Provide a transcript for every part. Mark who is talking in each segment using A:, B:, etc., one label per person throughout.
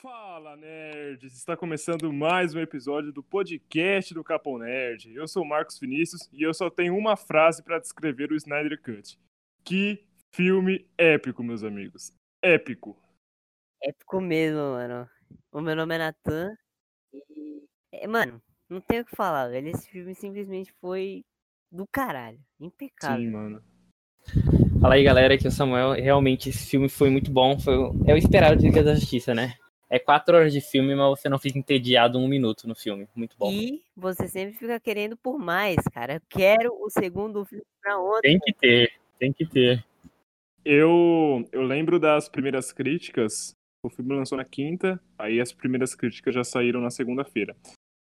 A: Fala, nerds! Está começando mais um episódio do podcast do Capão Nerd. Eu sou o Marcos Vinícius e eu só tenho uma frase para descrever o Snyder Cut. Que filme épico, meus amigos. Épico.
B: É Épico mesmo, mano. O meu nome é Natan. E. é, mano, não tenho o que falar, velho. Esse filme simplesmente foi do caralho. Impecável.
A: Sim, mano.
C: Fala aí, galera, aqui é o Samuel. Realmente, esse filme foi muito bom. Foi... o- É o esperado de Liga da Justiça, né? É quatro horas de filme, mas você não fica entediado um minuto no filme. Muito bom.
B: E você sempre fica querendo por mais, cara. Eu quero o segundo filme pra ontem.
C: Tem que ter, tem que ter.
A: Eu, eu lembro das primeiras críticas. O filme lançou na quinta, aí as primeiras críticas já saíram na segunda-feira.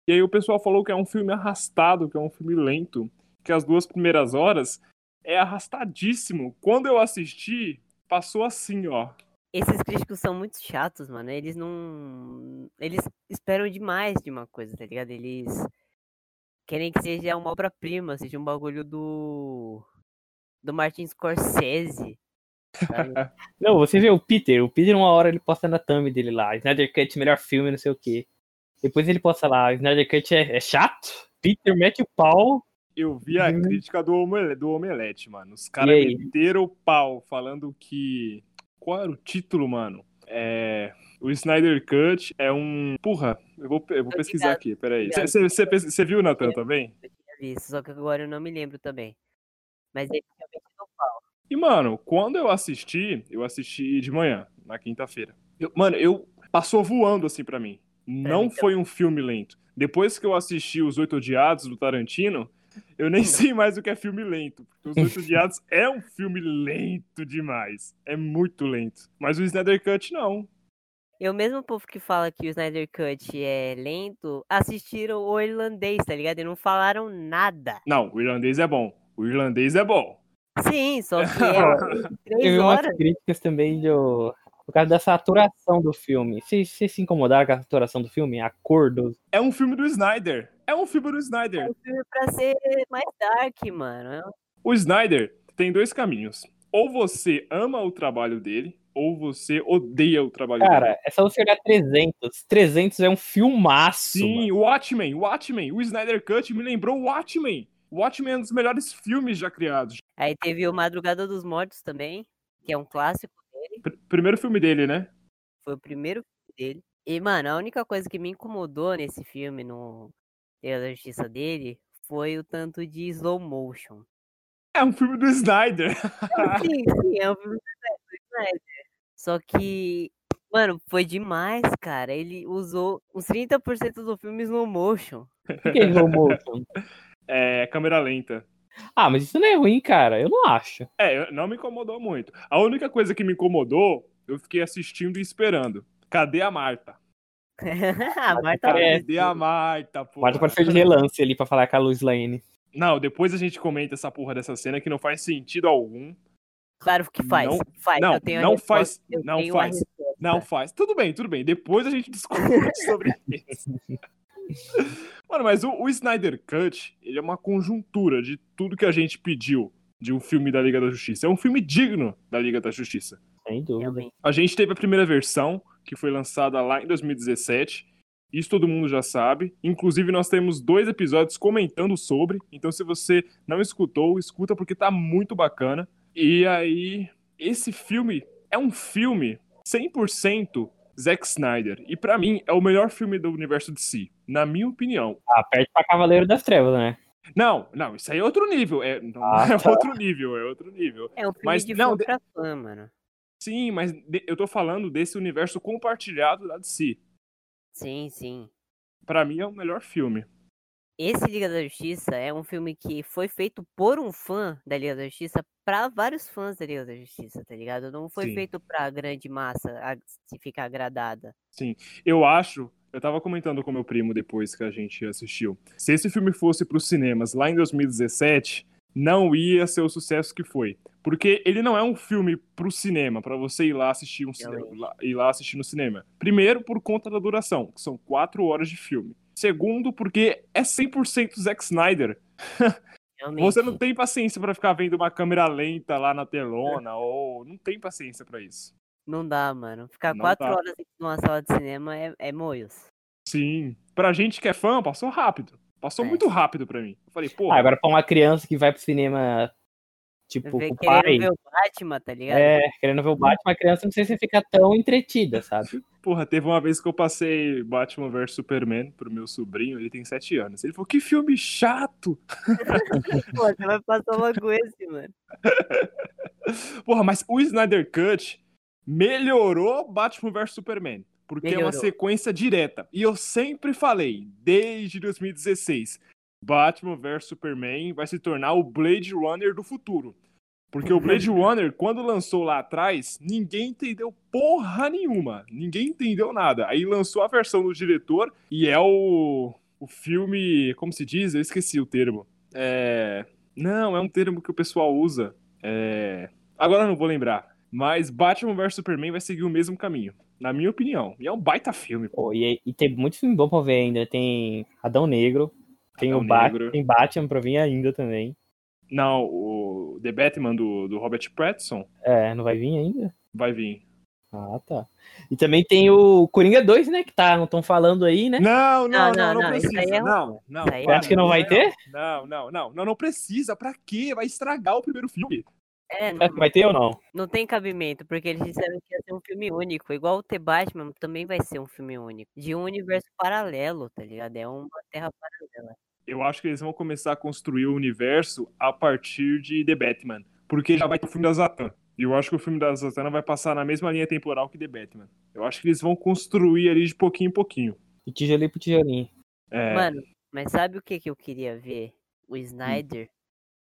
A: E aí o pessoal falou que é um filme arrastado, que é um filme lento, que as duas primeiras horas é arrastadíssimo. Quando eu assisti, passou assim, ó.
B: Esses críticos são muito chatos, mano. Eles não. Eles esperam demais de uma coisa, tá ligado? Eles querem que seja uma obra-prima, seja um bagulho do. do Martin Scorsese. sabe?
C: Não, você vê o Peter. O Peter, uma hora, ele posta na thumb dele lá. Snyder Cut, melhor filme, não sei o quê. Depois ele posta lá. Snyder Cut é, é chato? Peter mete o pau.
A: Eu vi a
C: Uhum.
A: crítica do Omelete, do Omelete, mano. Os
C: E
A: caras
C: aí?
A: meteram o pau falando que. Qual era o título, mano? É. O Snyder Cut é um. Porra, eu vou, eu vou
B: Tô
A: pesquisar
B: ligado,
A: aqui, peraí.
B: ligado.
A: Você viu,
C: É.
A: Natan, também?
B: Isso, só que agora eu não me lembro também. Mas ele realmente não fala.
A: E, mano, quando eu assisti, eu assisti de manhã, na quinta-feira. Eu- Mano, eu passou voando assim pra mim. Não
B: mim
A: foi um filme lento. Depois que eu assisti Os Oito Odiados do Tarantino, eu nem sei mais o que é filme lento. Porque Os Oito Odiados é um filme lento demais. É muito lento. Mas o Snyder Cut não.
B: E o mesmo povo que fala que o Snyder Cut é lento, assistiram o irlandês, tá ligado? E não falaram nada.
A: Não, o irlandês é bom. O irlandês é bom.
B: Sim, só que é
C: Eu vi
B: três
C: umas
B: horas.
C: críticas também do... por causa da saturação do filme. Vocês vocês se incomodaram com a saturação do filme? A cor do
A: É um filme do Snyder. É um filme do Snyder.
B: O filme pra ser mais dark, mano. É um-
A: O Snyder tem dois caminhos. Ou você ama o trabalho dele, ou você odeia o trabalho dele.
C: Cara, é só você olhar 300. 300 é um filmaço.
A: Sim,
C: mano.
A: Watchmen, Watchmen. O Snyder Cut me lembrou Watchmen. Watchmen é um dos melhores filmes já criados.
B: Aí teve o Madrugada dos Mortos também, que é um clássico.
A: Pr- primeiro filme dele, né?
B: Foi o primeiro filme dele. E, mano, a única coisa que me incomodou nesse filme, no Liga da Justiça dele, foi o tanto de slow motion.
A: É um filme do Snyder.
B: Sim, sim, é um filme do Snyder. Só que, mano, foi demais, cara. Ele usou uns 30% do filme slow motion.
C: Por que slow motion?
A: É, câmera lenta.
C: Ah, mas isso não é ruim, cara. Eu não acho.
A: É, eu- não me incomodou muito. A única coisa que me incomodou, eu fiquei assistindo e esperando. Cadê a Marta?
B: a Marta
C: cara, é.
B: é.
A: Cadê a Marta, pô?
C: Mas apareceu de relance ali pra falar com a Luz Lane.
A: Não, depois a gente comenta essa porra dessa cena que não faz sentido algum.
B: Claro que faz.
A: Não-
B: faz.
A: não,
B: eu tenho a
A: não
B: resposta,
A: faz,
B: eu
A: não
B: tenho a
A: faz,
B: resposta.
A: Não faz. Tudo bem, tudo bem. Depois a gente discute sobre isso. Mano, mas o, o Snyder Cut, ele é uma conjuntura de tudo que a gente pediu de um filme da Liga da Justiça. É um filme digno da Liga da Justiça.
C: Sem dúvida.
B: Realmente.
A: A gente teve a primeira versão, que foi lançada lá em 2017. Isso todo mundo já sabe. Inclusive, nós temos dois episódios comentando sobre. Então, se você não escutou, escuta porque tá muito bacana. E aí, esse filme é um filme 100% Zack Snyder. E pra mim, é o melhor filme do universo de si, na minha opinião.
C: Ah, perde pra Cavaleiro das Trevas, né?
A: Não, não, isso aí é outro nível. É, não,
C: Ah,
A: é
C: tá.
A: outro nível, é outro nível.
B: É um filme
A: Mas
B: de
A: não,
B: fã
A: de-
B: pra fã, mano.
A: Sim, mas de- eu tô falando desse universo compartilhado lá de si.
B: Sim, sim.
A: Pra mim é o melhor filme.
B: Esse Liga da Justiça é um filme que foi feito por um fã da Liga da Justiça pra vários fãs da Liga da Justiça, tá ligado? Não foi
A: Sim.
B: feito pra grande massa a- se ficar agradada.
A: Eu acho, eu tava comentando com meu primo depois que a gente assistiu. Se esse filme fosse pros cinemas lá em 2017, não ia ser o sucesso que foi. Porque ele não é um filme pro cinema, pra você ir lá assistir um cinema,
B: Realmente.
A: lá- ir lá assistir no cinema. Primeiro, por conta da duração, que são quatro horas de filme. Segundo, porque é 100% Zack Snyder.
B: Realmente.
A: Você não tem paciência pra ficar vendo uma câmera lenta lá na telona, ou não tem paciência pra isso.
B: Não dá, mano. Ficar
A: Não
B: quatro
A: dá.
B: horas numa sala de cinema é, é moios.
A: Sim. Pra gente que é fã, passou rápido. Passou
B: É.
A: muito rápido pra mim. Eu falei, pô,
C: Ah, agora pra uma criança que vai pro cinema, tipo, com
B: Vê
C: o pai.
B: querendo ver o Batman, tá ligado?
C: É, querendo ver o Batman, a criança não sei se fica tão entretida, sabe?
A: porra, teve uma vez que eu passei Batman vs Superman pro meu sobrinho, ele tem 7 anos. Ele falou, que filme chato!
B: Pô, você vai passar logo esse, mano.
A: Porra, mas o Snyder Cut melhorou Batman vs Superman. Porque é uma
B: Melhorou.
A: sequência direta. E eu sempre falei, desde 2016, Batman vs Superman vai se tornar o Blade Runner do futuro. Porque o Blade Runner, quando lançou lá atrás, ninguém entendeu porra nenhuma. Ninguém entendeu nada. Aí lançou a versão do diretor e é o, o filme. Como se diz? Eu esqueci o termo. É. Não, é um termo que o pessoal usa. É. Agora eu não vou lembrar. Mas Batman vs Superman vai seguir o mesmo caminho. Na minha opinião. E é um baita filme.
C: Pô, e, e tem muito filme bom pra ver ainda. Tem Adão Negro, tem
A: Adão
C: o Batman,
A: Negro.
C: tem Batman pra vir ainda também.
A: Não, o The Batman do, do Robert Pattinson
C: É, não vai vir ainda?
A: vai vir.
C: Ah, tá. E também tem o Coringa 2, né? Que tá, não estão falando aí, né?
A: Não, não,
B: Não,
A: não,
B: É? não,
A: não,
B: não, isso
A: precisa.
B: aí é-
A: Não, não.
B: isso aí é
A: para.
B: ruim.
C: Acho que não vai ter?
A: Não, não, não, não, não precisa. Pra quê? Vai estragar o primeiro filme.
B: É,
C: Será
B: não,
C: que vai ter ou não?
B: não tem cabimento, porque eles disseram que ia ser um filme único. Igual o The Batman também vai ser um filme único. De um universo paralelo, tá ligado? É uma terra paralela.
A: Eu acho que eles vão começar a construir o universo a partir de The Batman, porque já vai ter o filme da Zatanna. E eu acho que o filme da Zatanna vai passar na mesma linha temporal que The Batman. Eu acho que eles vão construir ali de pouquinho em pouquinho.
C: De tijolinho pro tijolinho.
A: É, Hum.
B: Mano, mas sabe o que, que eu queria ver? O Snyder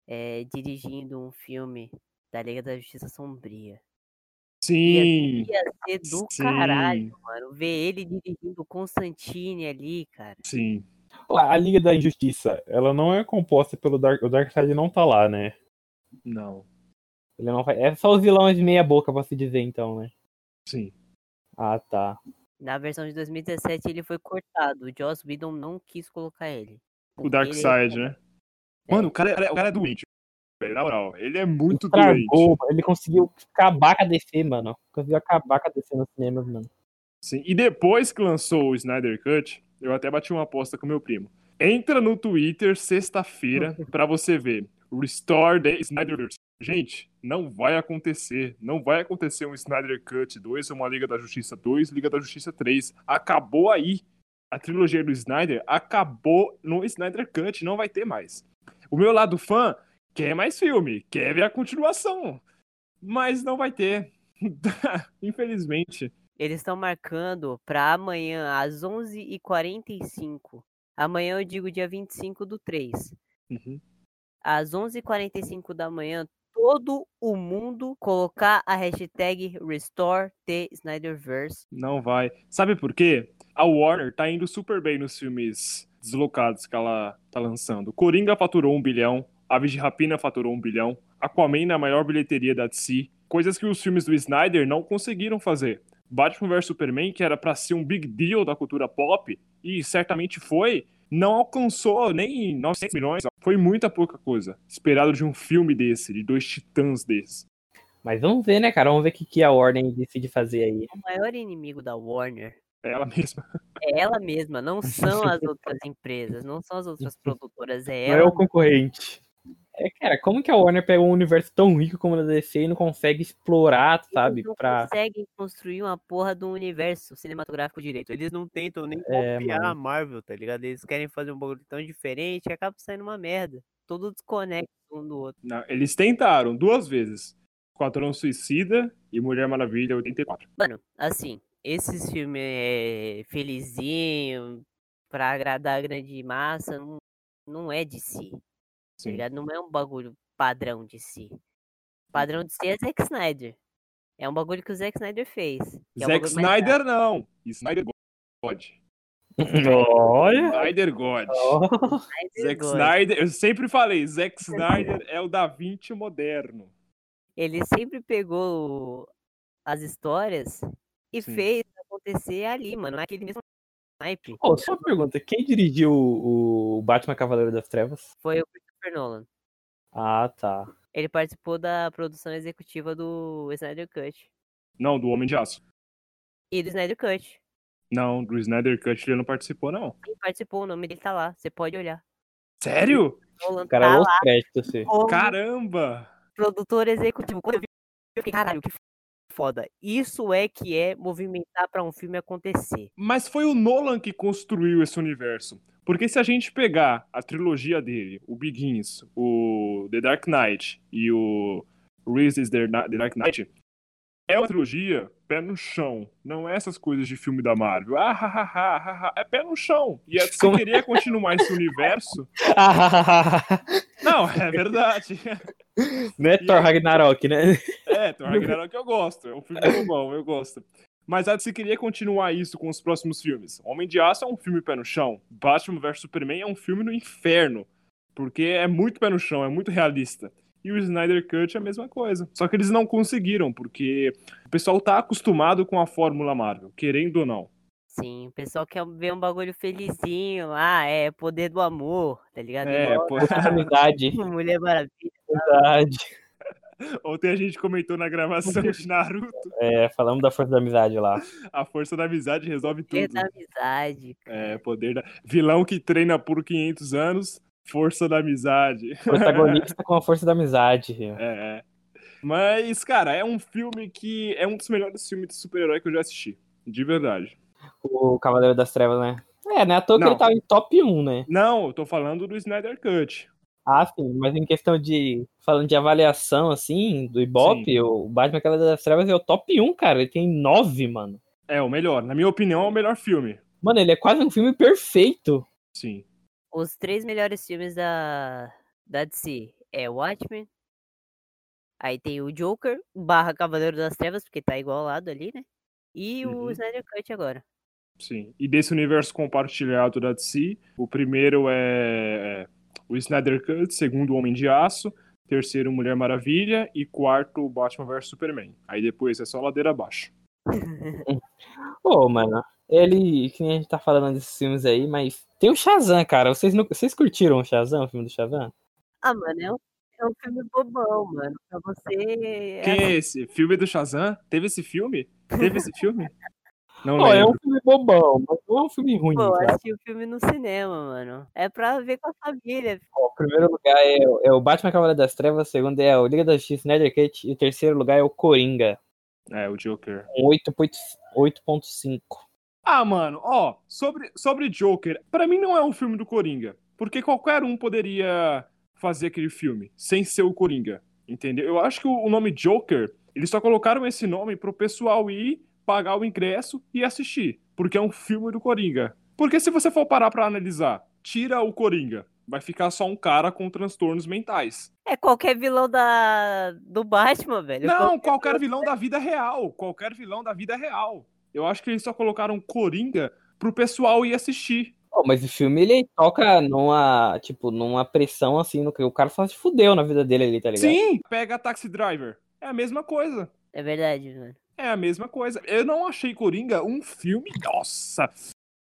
B: eh, dirigindo um filme da Liga da Justiça Sombria.
A: sim,
B: Ia ser é do
A: sim,
B: caralho, mano. Ver ele dirigindo o Constantine ali, cara.
A: sim.
D: A Liga da Injustiça, ela não é composta pelo Dark... O Darkseid não tá lá, né?
A: Não,
C: Ele não vai... É só os vilões meia boca pra se dizer, então, né?
A: sim.
C: Ah, tá.
B: Na versão de 2017 ele foi cortado. O Joss Whedon não quis colocar ele.
A: O
B: porque ele-
A: Darkseid, né? Mano, o cara, é- o cara é doente. velho, Na moral, ele é muito doente.
C: Estragou, ele conseguiu acabar com a DC, mano. Conseguiu acabar com a DC nos cinemas, mano.
A: Sim, E depois que lançou o Snyder Cut, eu até bati uma aposta com meu primo. Entra no Twitter sexta-feira pra você ver. Restore the Snyderverse. Gente, não vai acontecer. Não vai acontecer um Snyder Cut 2, uma Liga da Justiça 2, Liga da Justiça 3. Acabou aí. A trilogia do Snyder acabou no Snyder Cut. Não vai ter mais. O meu lado fã quer mais filme, quer ver a continuação. Mas não vai ter. Infelizmente.
B: Eles estão marcando pra amanhã às 11h45. Amanhã eu digo dia 25 do 3.
A: Uhum.
B: às 11h45 da manhã, todo o mundo colocar a hashtag Restore the Snyderverse.
A: Não vai. Sabe por quê? A Warner tá indo super bem nos filmes deslocados que ela tá lançando. Coringa faturou um bilhão, Aves de Rapina faturou um bilhão, Aquaman na maior bilheteria da DC, coisas que os filmes do Snyder não conseguiram fazer. Batman vs Superman, que era pra ser um big deal da cultura pop, e certamente foi, não alcançou nem 900 milhões. Foi muita pouca coisa esperado de um filme desse, de dois titãs desses.
C: Mas vamos ver, né, cara? Vamos ver o que, que a Warner decide fazer aí.
B: O maior inimigo da Warner
A: É ela mesma.
B: é ela mesma, não são as outras empresas, não são as outras produtoras, é
C: Não é
B: ela.
C: o concorrente. É, cara, como que a Warner pega um universo tão rico como a da DC e não consegue explorar, sabe?
B: Eles não
C: Pra...
B: conseguem construir uma porra do universo cinematográfico direito. Eles não tentam nem
C: É,
B: copiar
C: mano.
B: a Marvel, tá ligado? Eles querem fazer um bagulho tão diferente e acaba saindo uma merda. Todo desconecta um do outro.
A: Não, eles tentaram duas vezes. Esquadrão Suicida e Mulher Maravilha 84.
B: Mano, assim, esses filmes é, felizinho, pra agradar a grande massa, não, não é de si, tá
A: Sim.
B: ligado? Não é um bagulho padrão de si. Padrão de si é Zack Snyder. É um bagulho que o Zack Snyder fez. que é um
A: Zack
B: bagulho mais
A: Snyder não. Snyder God.
C: Olha!
A: Snyder God.
C: ó.
B: Snyder
A: Zack
B: É? Ah, God.
A: Snyder, eu sempre falei, Zack Snyder é o Da Vinci moderno.
B: Ele sempre pegou as histórias e
A: Sim.
B: fez acontecer ali, mano. Aquele mesmo naipe.
C: Pô, só uma pergunta. Quem dirigiu o o Batman Cavaleiro das Trevas?
B: Foi o Christopher Nolan.
C: Ah, tá.
B: Ele participou da produção executiva do Snyder Cut.
A: Não, do Homem de Aço.
B: E do Snyder Cut.
A: Não, do Snyder Cut ele não participou, não.
B: Quem participou, o nome dele tá lá. Você pode olhar.
A: Sério?
B: Nolan
C: O cara
B: tá
C: é
B: lá
C: os créditos, assim.
B: como
A: Caramba!
B: produtor executivo. Quando eu vi, eu fiquei, caralho, que foda. Isso é que é movimentar pra um filme acontecer.
A: Mas foi o Nolan que construiu esse universo. Porque se a gente pegar a trilogia dele, o Begins, o The Dark Knight e o Rises The Na- The Dark Knight, é uma trilogia pé no chão. Não é essas coisas de filme da Marvel. Ah, ha, ha, ha, ha, ha. É pé no chão. E é- se
C: Como-
A: queria continuar esse universo... Não, é verdade.
C: Não é Thor Ragnarok, né?
A: É, tem o Ragnarok eu gosto. É um filme muito bom, eu gosto. Mas a DC queria continuar isso com os próximos filmes. Homem de Aço é um filme pé no chão. Batman vs Superman é um filme no inferno. Porque é muito pé no chão, é muito realista. E o Snyder Cut é a mesma coisa. Só que eles não conseguiram, porque o pessoal tá acostumado com a fórmula Marvel, querendo ou não.
B: Sim, o pessoal quer ver um bagulho felizinho lá, é poder do amor, tá ligado?
A: É,
B: Igual
A: pô...
C: Amizade,
B: a Mulher Maravilha.
C: amizade.
A: ontem a gente comentou na gravação de Naruto,
C: É, falamos da força da amizade lá.
A: a força da amizade resolve
B: poder
A: tudo.
B: da amizade.
A: É, poder da. Vilão que treina por 500 anos, força da amizade.
C: Protagonista com a força da amizade.
A: É. é. Mas, cara, é um filme que é um dos melhores filmes de super-herói que eu já assisti. De verdade.
C: O Cavaleiro das Trevas, né? É, né? À toa que
A: Não.
C: ele tava em top 1, né?
A: Não, eu tô falando do Snyder Cut.
C: Ah, sim, mas em questão de. Falando de avaliação, assim, do Ibope, o Batman Cavaleiro das Trevas é o top 1, cara. Ele tem 9, mano.
A: É o melhor. Na minha opinião, é o melhor filme.
C: Mano, ele é quase um filme perfeito.
A: Sim.
B: Os três melhores filmes da, da DC é Watchmen. Aí tem o Joker, barra Cavaleiro das Trevas, porque tá igualado ali, né? E
A: Uhum.
B: o Snyder Cut agora.
A: Sim. E desse universo compartilhado da DC, o primeiro é é, o Snyder Cut, segundo o Homem de Aço, terceiro Mulher Maravilha e quarto o Batman vs Superman. Aí depois é só ladeira abaixo.
C: Pô, mano, ele. Que nem a gente tá falando desses filmes aí, mas. Tem o Shazam, cara. Vocês, não... Vocês curtiram o Shazam, o filme do Shazam?
B: Ah, mano, é um, é um filme bobão, mano. Pra você. assim,
A: Quem é esse? Filme do Shazam? Teve esse filme? Teve esse filme? Não
C: Pô, é
A: lembro.
C: um filme bobão, mas não é um filme ruim.
B: Pô,
C: cara.
B: assistir o filme no cinema, mano. É pra ver com a família.
C: Ó, o primeiro lugar é, o- é o Batman Cavaleiro das Trevas, o segundo é o Liga da Justiça Snyder Cut, e o terceiro lugar é o Coringa,
A: É, o Joker.
C: com 8.5.
A: Ah, mano, ó, sobre, sobre Joker, pra mim não é um filme do Coringa. Porque qualquer um poderia fazer aquele filme, sem ser o Coringa. Entendeu? Eu acho que o, o nome Joker, eles só colocaram esse nome pro pessoal ir, pagar o ingresso e assistir. Porque é um filme do Coringa. Porque se você for parar pra analisar, tira o Coringa. Vai ficar só um cara com transtornos mentais.
B: É qualquer vilão da... do Batman, velho.
A: Não,
B: Qual-
A: qualquer vilão da vida real. Qualquer vilão da vida real. Eu acho que eles só colocaram Coringa pro pessoal ir assistir.
C: Pô, mas o filme ele toca numa, tipo, numa pressão assim, no que o cara só se fudeu na vida dele ali, tá ligado?
A: Sim! Pega Taxi Driver. É a mesma coisa.
B: É verdade, mano.
A: É a mesma coisa. Eu não achei Coringa um filme. Nossa,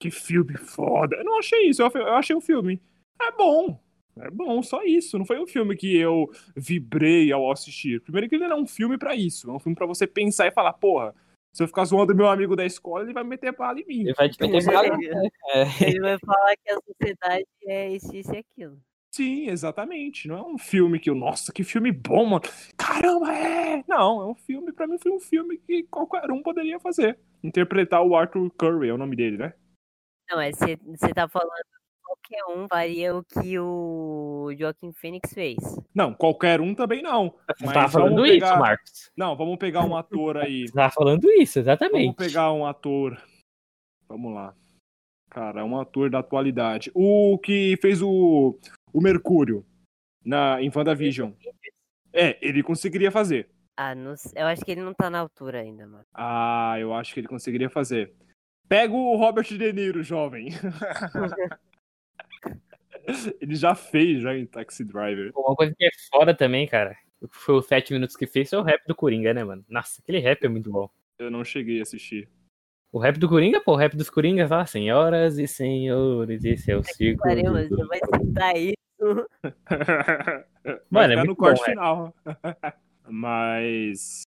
A: que filme foda. Eu não achei isso. Eu eu achei um filme. É bom. É bom, só isso. Não foi um filme que eu vibrei ao assistir. Primeiro que ele não é um filme pra isso. É um filme pra você pensar e falar, porra, se eu ficar zoando meu amigo da escola, ele vai meter bala em mim.
C: Ele vai te meter bala, né? É.
B: Ele vai falar que a sociedade é isso, isso e aquilo.
A: Sim, exatamente. Não é um filme que eu, nossa, que filme bom, mano. Caramba, é! Não, é um filme, pra mim foi um filme que qualquer um poderia fazer. Interpretar o Arthur Curry, é o nome dele, né?
B: Não, mas você tá falando que qualquer um faria o que o Joaquim Phoenix fez.
A: Não, qualquer um também não.
C: Você
A: Mas
C: tava
A: vamos
C: falando
A: pegar-
C: isso, Marcos.
A: Não, vamos pegar um ator aí.
C: Você tava falando isso,
A: Vamos
C: exatamente.
A: pegar um ator. Vamos lá. Cara, um ator da atualidade. O que fez o, o Mercúrio na, em WandaVision. É, ele conseguiria fazer.
B: Ah, não s- eu acho que ele não tá na altura ainda, mano.
A: Ah, eu acho que ele conseguiria fazer. Pega o Robert De Niro, jovem. ele já fez já em Taxi Driver.
C: Uma coisa que é foda também, cara, foi os 7 minutos que fez, foi o rap do Coringa, né, mano? Nossa, aquele rap é muito bom.
A: Eu não cheguei a assistir.
C: O rap do Coringa, pô, o rap dos Coringas lá, senhoras e senhores, esse é o circo.
B: Parei,
C: do
B: mas você
C: Duro."
B: vai citar isso.
A: Vai
C: Mano, é
A: ficar no
C: muito é.
A: corte
C: bom, é.
A: final. Mas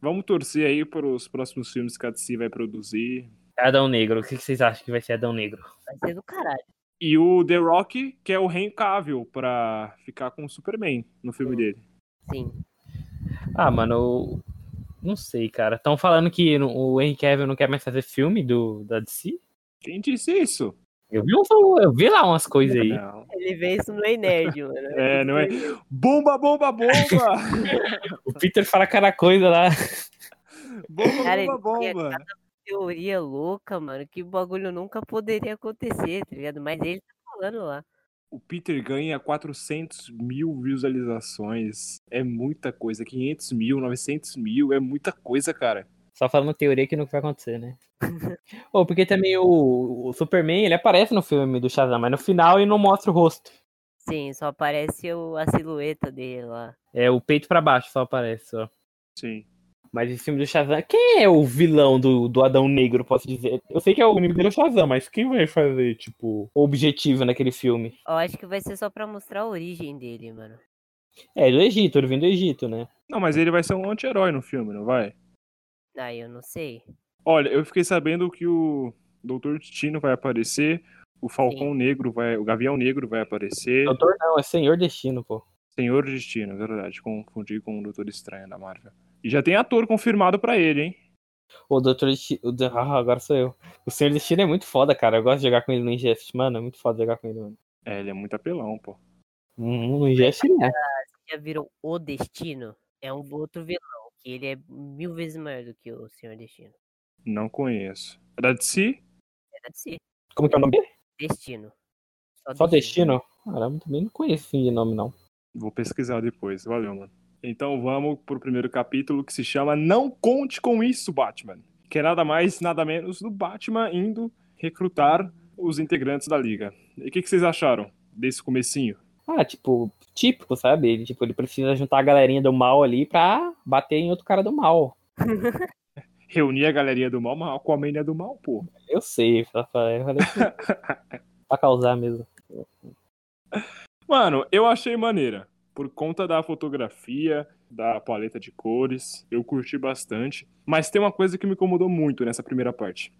A: Vamos torcer aí para os próximos filmes que a DC vai produzir.
C: Adão Negro, o que que vocês acham que vai ser Adão Negro?
B: Vai ser do caralho.
A: E o The Rock, que é o Henry Cavill, pra ficar com o Superman no filme
C: Hum.
A: dele.
B: Sim.
C: Ah, mano, eu... não sei, cara. Estão falando que no- o Henry Cavill não quer mais fazer filme do, da DC?
A: Quem disse isso?
C: Eu vi, um- eu vi lá umas coisas aí.
A: Não.
B: Ele vê isso no Ei Nerd, mano.
A: É, não é? Bomba, bomba, bomba!
C: O Peter fala cada coisa lá.
A: Bomba,
B: Cara, ele
A: bomba,
B: tinha
A: bomba!
B: Teoria louca, mano, que o bagulho nunca poderia acontecer, tá ligado? Mas ele tá falando lá.
A: O Peter ganha 400 mil visualizações. É muita coisa. 500 mil, 900 mil. É muita coisa, cara.
C: Só falando teoria que nunca vai acontecer, né? Ou porque também o, o Superman, ele aparece no filme do Shazam, mas no final ele não mostra o rosto.
B: Sim, só aparece o, a silhueta dele lá.
C: É o peito pra baixo só aparece, só.
A: Sim.
C: Mas esse filme do Shazam, quem é o vilão do, do Adão Negro, posso dizer? Eu sei que é
D: O
C: o
D: inimigo dele é o Shazam, mas quem vai fazer, tipo.
C: objetivo naquele filme.
B: Eu acho que vai ser só pra mostrar a origem dele, mano.
C: É, do Egito, ele vem do Egito, né?
A: Não, mas ele vai ser um anti-herói no filme, não vai?
B: Ah, eu não sei.
A: Olha, eu fiquei sabendo que o Doutor Destino vai aparecer. O Falcão Negro vai. O Gavião Negro vai aparecer.
C: Doutor não, é Senhor Destino, pô.
A: Senhor Destino, é verdade. Confundi com o Doutor Estranho da Marvel. E já tem ator confirmado pra ele, hein?
C: O Doutor Destino. o Dan- Ah, agora sou eu. O Senhor Destino é muito foda, cara. Eu gosto de jogar com ele no Ingest, mano. É muito foda jogar com ele, mano.
A: É, ele é muito apelão, pô.
C: Hum, No Ingest, né?
B: Já viram O Destino? É um outro vilão, que ele é mil vezes maior do que o Senhor Destino.
A: Não conheço. É da DC?
B: Deve ser
C: Como que é o nome dele?
B: Destino.
C: Só Destino? Caramba, também não conheço esse de nome, não.
A: Vou pesquisar depois. Valeu, mano. Então vamos pro primeiro capítulo que se chama Não Conte Com Isso, Batman. Que é nada mais, nada menos do Batman indo recrutar os integrantes da liga. E o que, que vocês acharam desse comecinho?
C: Ah, tipo, típico, sabe? Ele, tipo, ele precisa juntar a galerinha do mal ali pra bater em outro cara do mal.
A: Reunir a galeria do mal, mas Aquaman não é do mal, pô.
C: Eu sei, Rafael. Eu falei que- pra causar mesmo.
A: Mano, eu achei maneira. Por conta da fotografia, da paleta de cores, eu curti bastante. Mas tem uma coisa que me incomodou muito nessa primeira parte.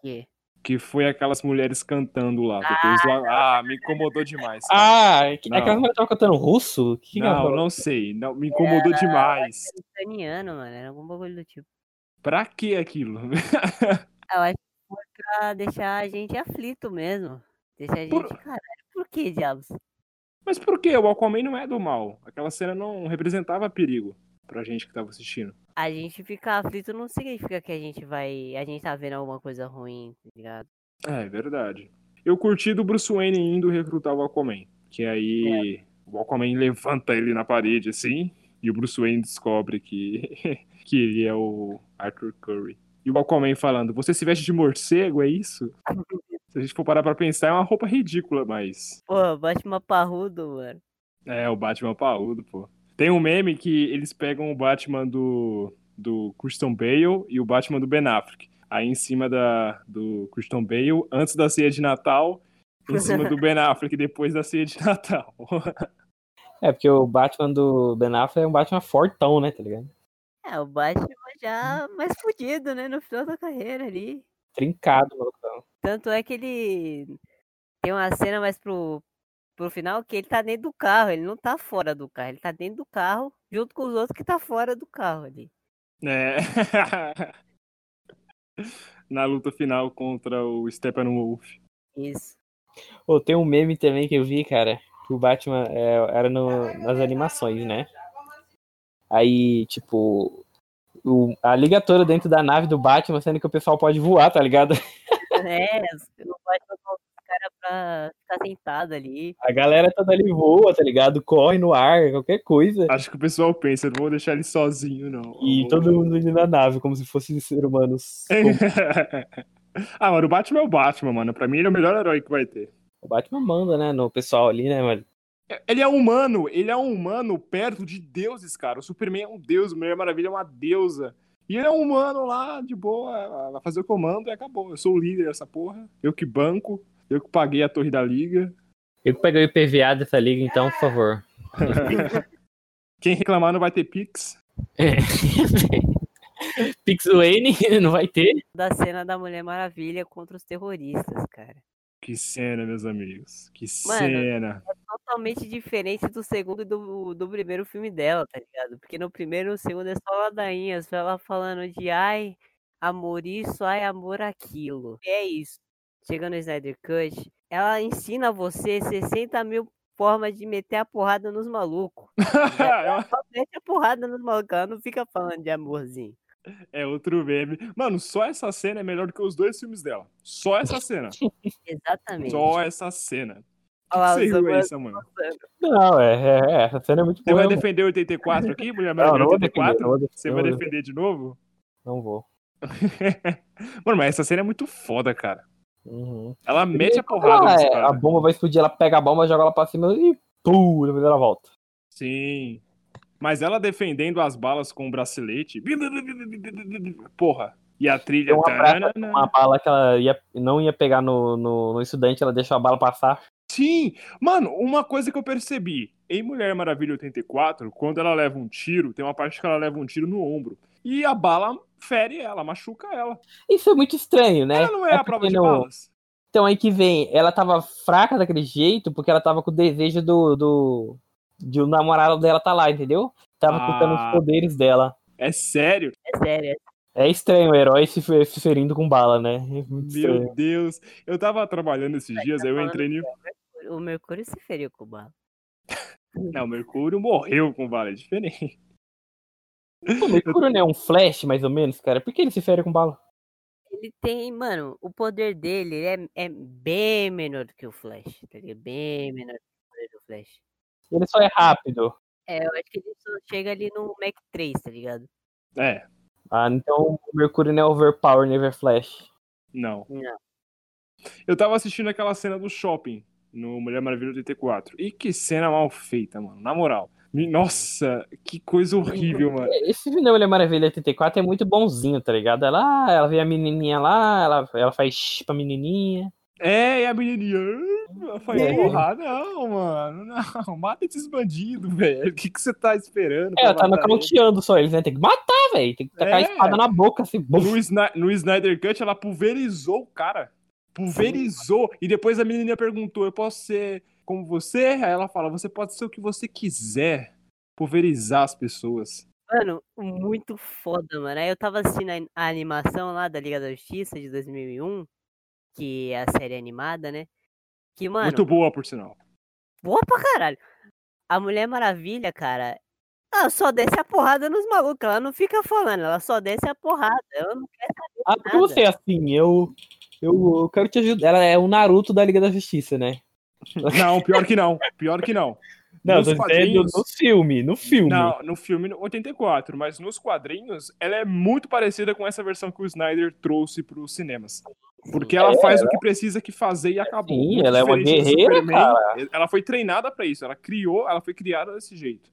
B: Quê?
A: Que foi aquelas mulheres cantando lá. Depois lá. Ah, me incomodou demais. cara.
C: Ah, é que
A: Não.
C: é que elas mulheres estavam cantando russo? Que é que ela
A: Não,
C: falou?
A: não sei. Não, me incomodou demais.
B: Ucraniano, mano. Era algum bagulho do tipo.
A: Pra que aquilo?
B: Ah, Eu acho que foi pra deixar a gente aflito mesmo. Deixar a gente,
A: Por-
B: caralho, por que diabos?
A: Mas por que? O Aquaman não é do mal. Aquela cena não representava perigo pra gente que tava assistindo.
B: A gente ficar aflito não significa que a gente vai. A gente tá vendo alguma coisa ruim, tá ligado?
A: É, é verdade. Eu curti do Bruce Wayne indo recrutar o Aquaman. Que aí o Aquaman levanta ele na parede, assim, e o Bruce Wayne descobre que, que ele é o Arthur Curry. E o Aquaman falando, você se veste de morcego, é isso? Se a gente for parar pra pensar, é uma roupa ridícula, mas...
B: Pô, bate uma parrudo, mano.
A: É, o Batman Paulo, pô. Tem um meme que eles pegam o Batman do, do Christian Bale e o Batman do Ben Affleck. Aí em cima da, do Christian Bale, antes da ceia de Natal, em cima do Ben Affleck, depois da ceia de Natal.
C: É, porque o Batman do Ben Affleck é um Batman fortão, né, tá ligado?
B: É, o Batman já mais fudido, né? No final da carreira ali.
C: Trincado, malucão.
B: Tanto é que ele tem uma cena mais pro, pro final que ele tá dentro do carro, ele não tá fora do carro, ele tá dentro do carro, junto com os outros que tá fora do carro ali.
A: É. Na luta final contra o Steppenwolf.
B: Isso.
C: Ô, tem um meme também que eu vi, cara, que o Batman é, era no- nas animações, né? Aí, tipo, o- a liga toda dentro da nave do Batman, sendo que o pessoal pode voar, tá ligado?
B: É, não pode colocar os caras pra ficar sentado ali.
C: A galera toda ali voa, tá ligado? Corre no ar, qualquer coisa.
A: Acho que o pessoal pensa, não vou deixar ele sozinho, não.
C: E todo mundo indo na nave, como se um fossem seres humanos.
A: ah, mano, o Batman é o Batman, mano. Pra mim ele é o melhor herói que vai ter.
C: O Batman manda, né, no pessoal ali, né, mano?
A: Ele é humano, ele é um humano perto de deuses, cara. O Superman é um deus, o Mulher Maravilha é uma deusa. E ele é um humano lá, de boa, vai fazer o comando e acabou. Eu sou o líder dessa porra, eu que banco, eu que paguei a torre da liga.
C: Eu que peguei o IPVA dessa liga, então, por favor.
A: Quem reclamar não vai ter pix.
C: Pix Wayne não vai ter.
B: da cena da Mulher Maravilha contra os terroristas, cara.
A: Que cena, meus amigos. Que
B: Mano,
A: cena.
B: Totalmente diferente do segundo e do, do primeiro filme dela, tá ligado? Porque no primeiro e no segundo é só ladainha, só ela falando de ai, amor isso, ai, amor aquilo. E é isso. Chega no Snyder Cut, ela ensina você 60 mil formas de meter a porrada nos malucos.
A: é, uma-
B: Só mete a porrada nos malucos, ela não fica falando de amorzinho.
A: é outro meme. Mano, só essa cena é melhor do que os dois filmes dela. Só essa cena.
B: Exatamente.
A: Só essa cena.
B: Olha lá,
A: Você
B: os
A: riu aí,
B: amor-
A: Samuel.
C: Não, é, é, é, essa cena é muito
A: Você vai
C: boa. eu-
A: defender 84 aqui, Mulher
C: Não,
A: Maravilha
C: não vou defender.
A: 84?
C: Não vou defender,
A: Você
C: não
A: vai
C: vou
A: defender de novo?
C: defender, Não vou.
A: Mano, mas essa cena é muito foda, cara.
C: Uhum.
A: Ela mete a porrada
C: Ela,
A: nos
C: é, a
A: caras.
C: bomba vai explodir, ela pega a bomba, joga ela pra cima e pum, depois ela volta.
A: Sim. Mas ela defendendo as balas com o bracelete. Porra. E a trilha.
C: Tem uma prata,
A: Tanana.
C: Uma bala que ela ia, não ia pegar no, no, no estudante, ela deixou a bala passar.
A: Sim! Mano, uma coisa que eu percebi. Em Mulher Maravilha 84, quando ela leva um tiro, tem uma parte que ela leva um tiro no ombro. E a bala fere ela, machuca ela.
C: Isso é muito estranho, né?
A: Ela não é, a
C: porque
A: prova de
C: não-
A: balas.
C: Então aí que vem, ela tava fraca daquele jeito porque ela tava com o desejo do. do de o namorado dela tá lá, entendeu? Tava
A: Ah.
C: contando os poderes dela.
A: É sério?
B: É sério, é
C: É estranho o herói se, fe- se ferindo com bala, né? É muito estranho. tá
A: Meu Deus. Eu tava trabalhando esses dias, aí eu entrei um no.
C: é.
B: sério. o Mercúrio se feriu com o bala.
A: Não, o Mercúrio morreu com bala, é diferente.
C: O Mercúrio não é um flash, mais ou menos, cara. Por que ele se fere com bala?
B: Ele tem, mano, o poder dele ele é, é bem menor do que o Flash, tá ligado? Bem menor do que o poder do Flash.
C: Ele só é rápido.
B: É, eu acho que ele só chega ali no Mac 3, tá ligado?
A: É,
C: Ah, então o Mercúrio não é overpower, never flash.
A: não.
B: Não.
A: Eu tava assistindo aquela cena do shopping no Mulher Maravilha 84. E que cena mal feita, mano. Na moral. Me- Nossa, que coisa horrível, mano.
C: Esse filme da Mulher Maravilha 84 é muito bonzinho, tá ligado? Ela, ela vê a menininha lá, ela, ela faz shh pra menininha.
A: É, e a menininha. "Ah, Faz
C: É.
A: porra, não, mano. Não, mata esses bandidos, velho. O que, que você tá esperando?
C: É, ela tá
A: no
C: nocauteando só eles, né? Tem que matar, velho. Tem que tacar a
A: É.
C: espada na boca, assim. bum.
A: No, Sna- no Snyder Cut, ela pulverizou o cara. Pulverizou. E depois a menininha perguntou: Eu posso ser como você? Aí ela fala: Você pode ser o que você quiser. Pulverizar as pessoas.
B: Mano, muito foda, mano. Aí eu tava assistindo a, a animação lá da Liga da Justiça de 2001, que é a série animada, né? Que, mano,
A: Muito boa, por sinal.
B: boa pra caralho. A Mulher Maravilha, cara, ela só desce a porrada nos malucos, ela não fica falando, ela só desce a porrada. Ela não quer
C: Ah, porque você é assim, eu, eu, eu quero te ajudar. Ela é o Naruto da Liga da Justiça, né?
A: Não, pior que não. Pior que não.
C: Não,
A: Nos
C: tô dizendo
A: quadrinhos-
C: no filme, no filme.
A: Não, no filme no 84, mas nos quadrinhos ela é muito parecida com essa versão que o Snyder trouxe para os cinemas. Porque ela faz o que precisa que fazer e acabou.
C: É, Sim,
A: Muito
C: ela é uma
A: diferente do
C: guerreira,
A: Ela foi treinada para isso, ela criou, ela foi criada desse jeito.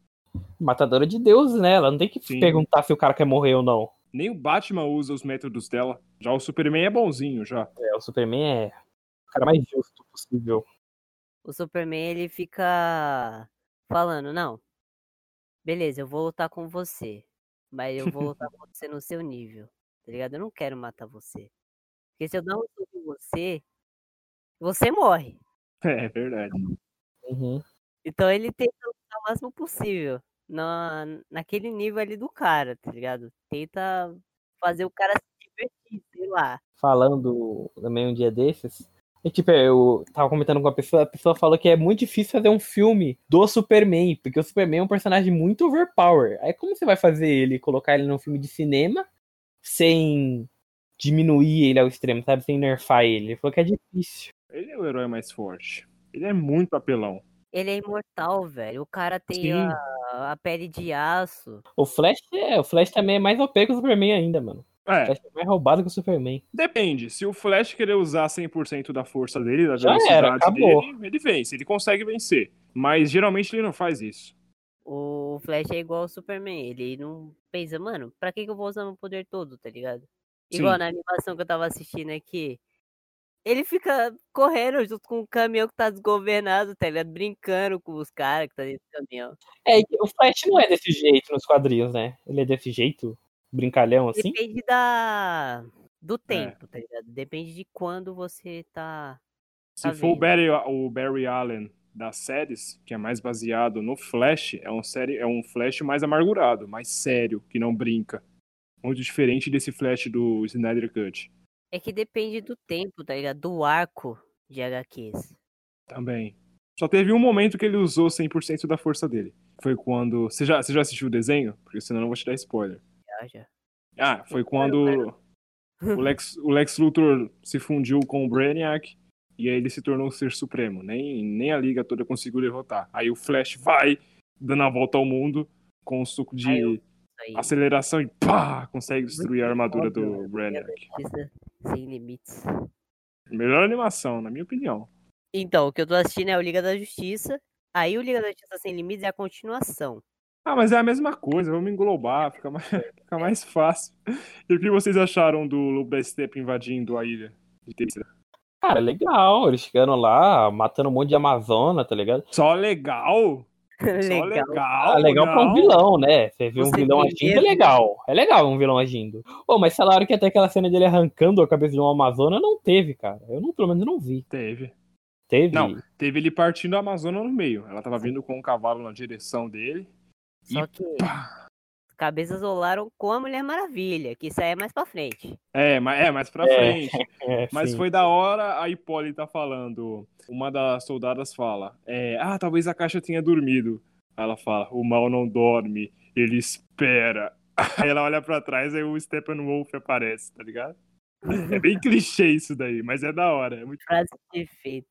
C: Matadora de Deus, né? Ela não tem que
A: Sim.
C: perguntar se o cara quer morrer ou não.
A: Nem o Batman usa os métodos dela. Já o Superman é bonzinho já.
C: É, o Superman é o cara mais justo possível.
B: O Superman, ele fica falando, não, beleza, eu vou lutar com você, mas eu vou lutar com você no seu nível, tá ligado? Eu não quero matar você. Porque se eu dar um soco em você, você morre.
A: É verdade.
C: Uhum.
B: Então ele tenta lutar o máximo possível na, naquele nível ali do cara, tá ligado? Tenta fazer o cara se divertir, sei lá.
C: Falando também um dia desses. É tipo, eu tava comentando com a pessoa, a pessoa falou que é muito difícil fazer um filme do Superman, porque o Superman é um personagem muito overpower. Aí como você vai fazer ele, colocar ele num filme de cinema sem diminuir ele ao extremo, sabe? Sem nerfar ele. Ele falou que é difícil.
A: Ele é o herói mais forte. Ele é muito apelão.
B: Ele é imortal, velho. O cara tem
A: Sim.
B: a, a pele de aço.
C: O Flash é, o Flash também é mais OP que o Superman ainda, mano. O
A: É,
C: Flash é mais roubado que o Superman.
A: depende. Se o Flash querer usar 100% da força dele, da
C: Já
A: velocidade
C: era, acabou.
A: dele, ele vence, ele consegue vencer. Mas geralmente ele não faz isso.
B: O Flash é igual ao Superman. Ele não pensa, mano, pra que, que eu vou usar meu poder todo, tá ligado? Igual
A: Sim.
B: na animação que eu tava assistindo aqui. Ele fica correndo junto com o caminhão que tá desgovernado, tá ligado? Brincando com os caras que tá dentro do caminhão.
C: É, e o Flash não é desse jeito nos quadrinhos, né? Ele é desse jeito? brincalhão assim?
B: Depende da... do tempo, tá ligado? Depende de quando você tá.
A: Se
B: Tá
A: for o
B: vendo.
A: Barry, o Barry Allen das séries, que é mais baseado no Flash, é um, série, é um Flash mais amargurado, mais sério, que não brinca. Muito diferente desse Flash do Snyder Cut.
B: É que depende do tempo, tá ligado? Do arco de HQs.
A: Também. Só teve um momento que ele usou 100% da força dele. Foi quando... Você já, você já assistiu o desenho? Porque senão eu não vou te dar spoiler.
B: Já, já.
A: Ah, foi
B: um
A: quando o Lex, o Lex Luthor se fundiu com o Brainiac e aí ele se tornou o ser supremo. Nem, nem a liga toda conseguiu derrotar. Aí o Flash vai dando a volta ao mundo com o suco de
B: Aí eu- Isso aí.
A: aceleração e pá, consegue destruir a armadura do Brainiac.
B: Justiça Sem limites.
A: Melhor animação, na minha opinião.
B: Então, o que eu tô assistindo é o Liga da Justiça. Aí o Liga da Justiça Sem Limites é a continuação.
A: Ah, mas é a mesma coisa, vamos englobar, fica mais, fica mais fácil. E o que vocês acharam do Lobo da Steppe invadindo a ilha de Terceira?
C: Cara, legal. Eles chegando lá, matando um monte de Amazona, tá ligado?
A: Só legal? Só
B: Legal.
A: legal?
C: Ah, legal pra um
A: não?
C: vilão, né? Você vê um
B: Você
C: vilão
B: tem
C: agindo, é
B: medo.
C: legal. É legal um vilão agindo. Ô, mas falaram que até aquela cena dele arrancando a cabeça de uma Amazona não teve, cara. Eu não, pelo menos não vi.
A: Teve.
C: Teve.
A: Não. Teve ele partindo a Amazônia no meio. Ela tava vindo com um cavalo na direção dele.
B: Só que cabeças rolaram com a Mulher Maravilha, que isso aí é mais pra frente.
A: É, mas é mais pra
C: É,
A: frente.
C: É,
A: Mas
C: sim.
A: foi da hora a Hipólita falando. Uma das soldadas fala: é, Ah, talvez a caixa tenha dormido. Aí Ela fala: O mal não dorme, ele espera. Aí ela olha pra trás e o Steppenwolf aparece, tá ligado? É bem clichê isso daí, mas é da hora. É muito.
B: Frase de efeito.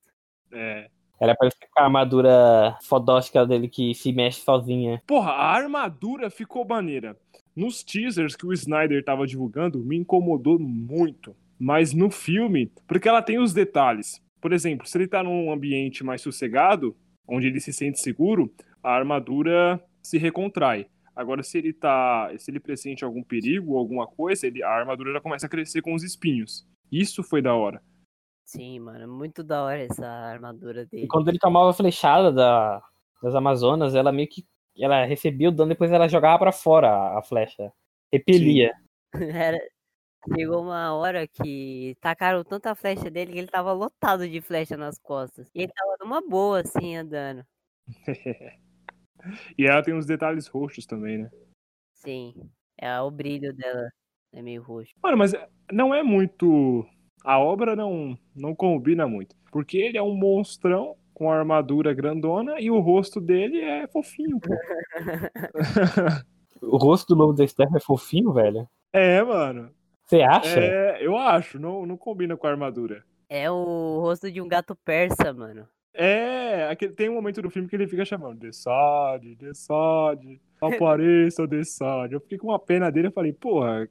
A: É.
C: Ela parece com a armadura fodóstica dele que se mexe sozinha.
A: Porra, a armadura ficou maneira. Nos teasers que o Snyder tava divulgando, me incomodou muito. Mas no filme, porque ela tem os detalhes. Por exemplo, se ele tá num ambiente mais sossegado, onde ele se sente seguro, a armadura se recontrai. Agora, se ele tá. Se ele pressente algum perigo ou alguma coisa, ele, a armadura já começa a crescer com os espinhos. Isso foi da hora.
B: Sim, mano, é muito da hora essa armadura dele.
C: E quando ele tomava a flechada da- das Amazonas, ela meio que. Ela recebia o dano, depois ela jogava pra fora a, a flecha. Repelia.
B: Era... Chegou uma hora que tacaram tanta flecha dele que ele tava lotado de flecha nas costas. E ele tava numa boa, assim, andando.
A: E ela tem os detalhes roxos também, né?
B: Sim, é o brilho dela. É meio roxo.
A: Mano, mas não é muito. A obra não, não combina muito. Porque ele é um monstrão com a armadura grandona e o rosto dele é fofinho, pô.
C: O rosto do lobo da Steph é fofinho, velho.
A: É, mano.
C: Você acha?
A: É, eu acho, não, não combina com a armadura.
B: É o rosto de um gato persa, mano.
A: É, aquele, tem um momento do filme que ele fica chamando Dessade, Dessade, apareça, Dessade. Eu fiquei com uma pena dele e falei, porra,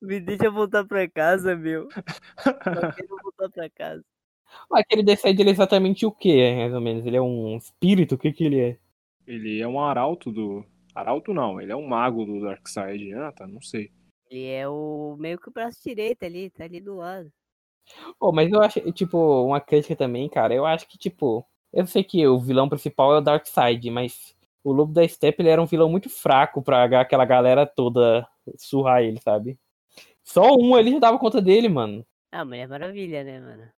B: Me deixa voltar pra casa, meu. Só quero voltar pra casa.
C: Mas aquele decide ele é exatamente o que, mais ou menos? Ele é um espírito? O que que ele é?
A: ele é um arauto do. Arauto não, ele é um mago do Darkseid, ah, tá, não sei.
B: Ele é o meio que o braço direito ali, tá ali do lado.
C: Pô, mas eu acho, tipo, uma crítica também, cara. Eu acho que, tipo, eu sei que o vilão principal é o Darkseid, mas o Lobo da Steppe ele era um vilão muito fraco pra aga- aquela galera toda surrar ele, sabe? Só um ali já dava conta dele, mano.
B: Ah, Mulher Maravilha, né, mano?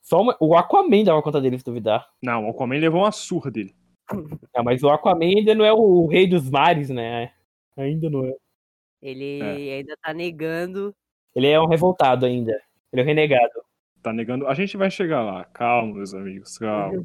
C: Só uma- o Aquaman dava conta dele, se duvidar.
A: Não, o Aquaman levou uma surra dele.
C: É, mas o Aquaman ainda não é o rei dos mares, né? Ainda não é.
B: Ele ainda tá negando.
C: Ele é um revoltado ainda. Ele é um renegado.
A: Tá negando. A gente vai chegar lá. Calma, meus amigos, calma.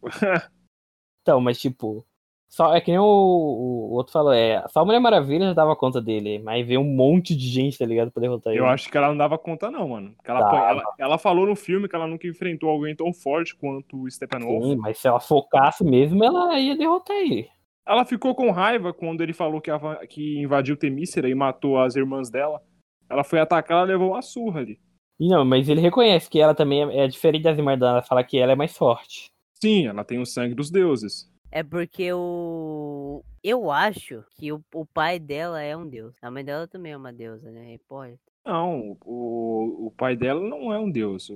C: Então, mas tipo, só, é que nem o, o outro falou, é, só a Mulher Maravilha já dava conta dele, mas veio um monte de gente, tá ligado, pra derrotar
A: Eu
C: ele.
A: acho que ela não dava conta, não, mano. Que ela,
C: Dava.
A: apan- ela, ela falou no filme que ela nunca enfrentou alguém tão forte quanto o Steppenwolf.
C: Sim, mas se ela focasse mesmo, ela ia derrotar ele.
A: Ela ficou com raiva quando ele falou que, a va- que invadiu Temícera e matou as irmãs dela. Ela foi atacar, ela levou uma surra ali.
C: E não, mas ele reconhece que ela também é, é diferente das irmãs dela, ela fala que ela é mais forte.
A: Sim, ela tem o sangue dos deuses.
B: É porque o. Eu acho que o, o pai dela é um deus. A mãe dela também é uma deusa, né? E, Porra.
A: Não, o, o pai dela não é um deus.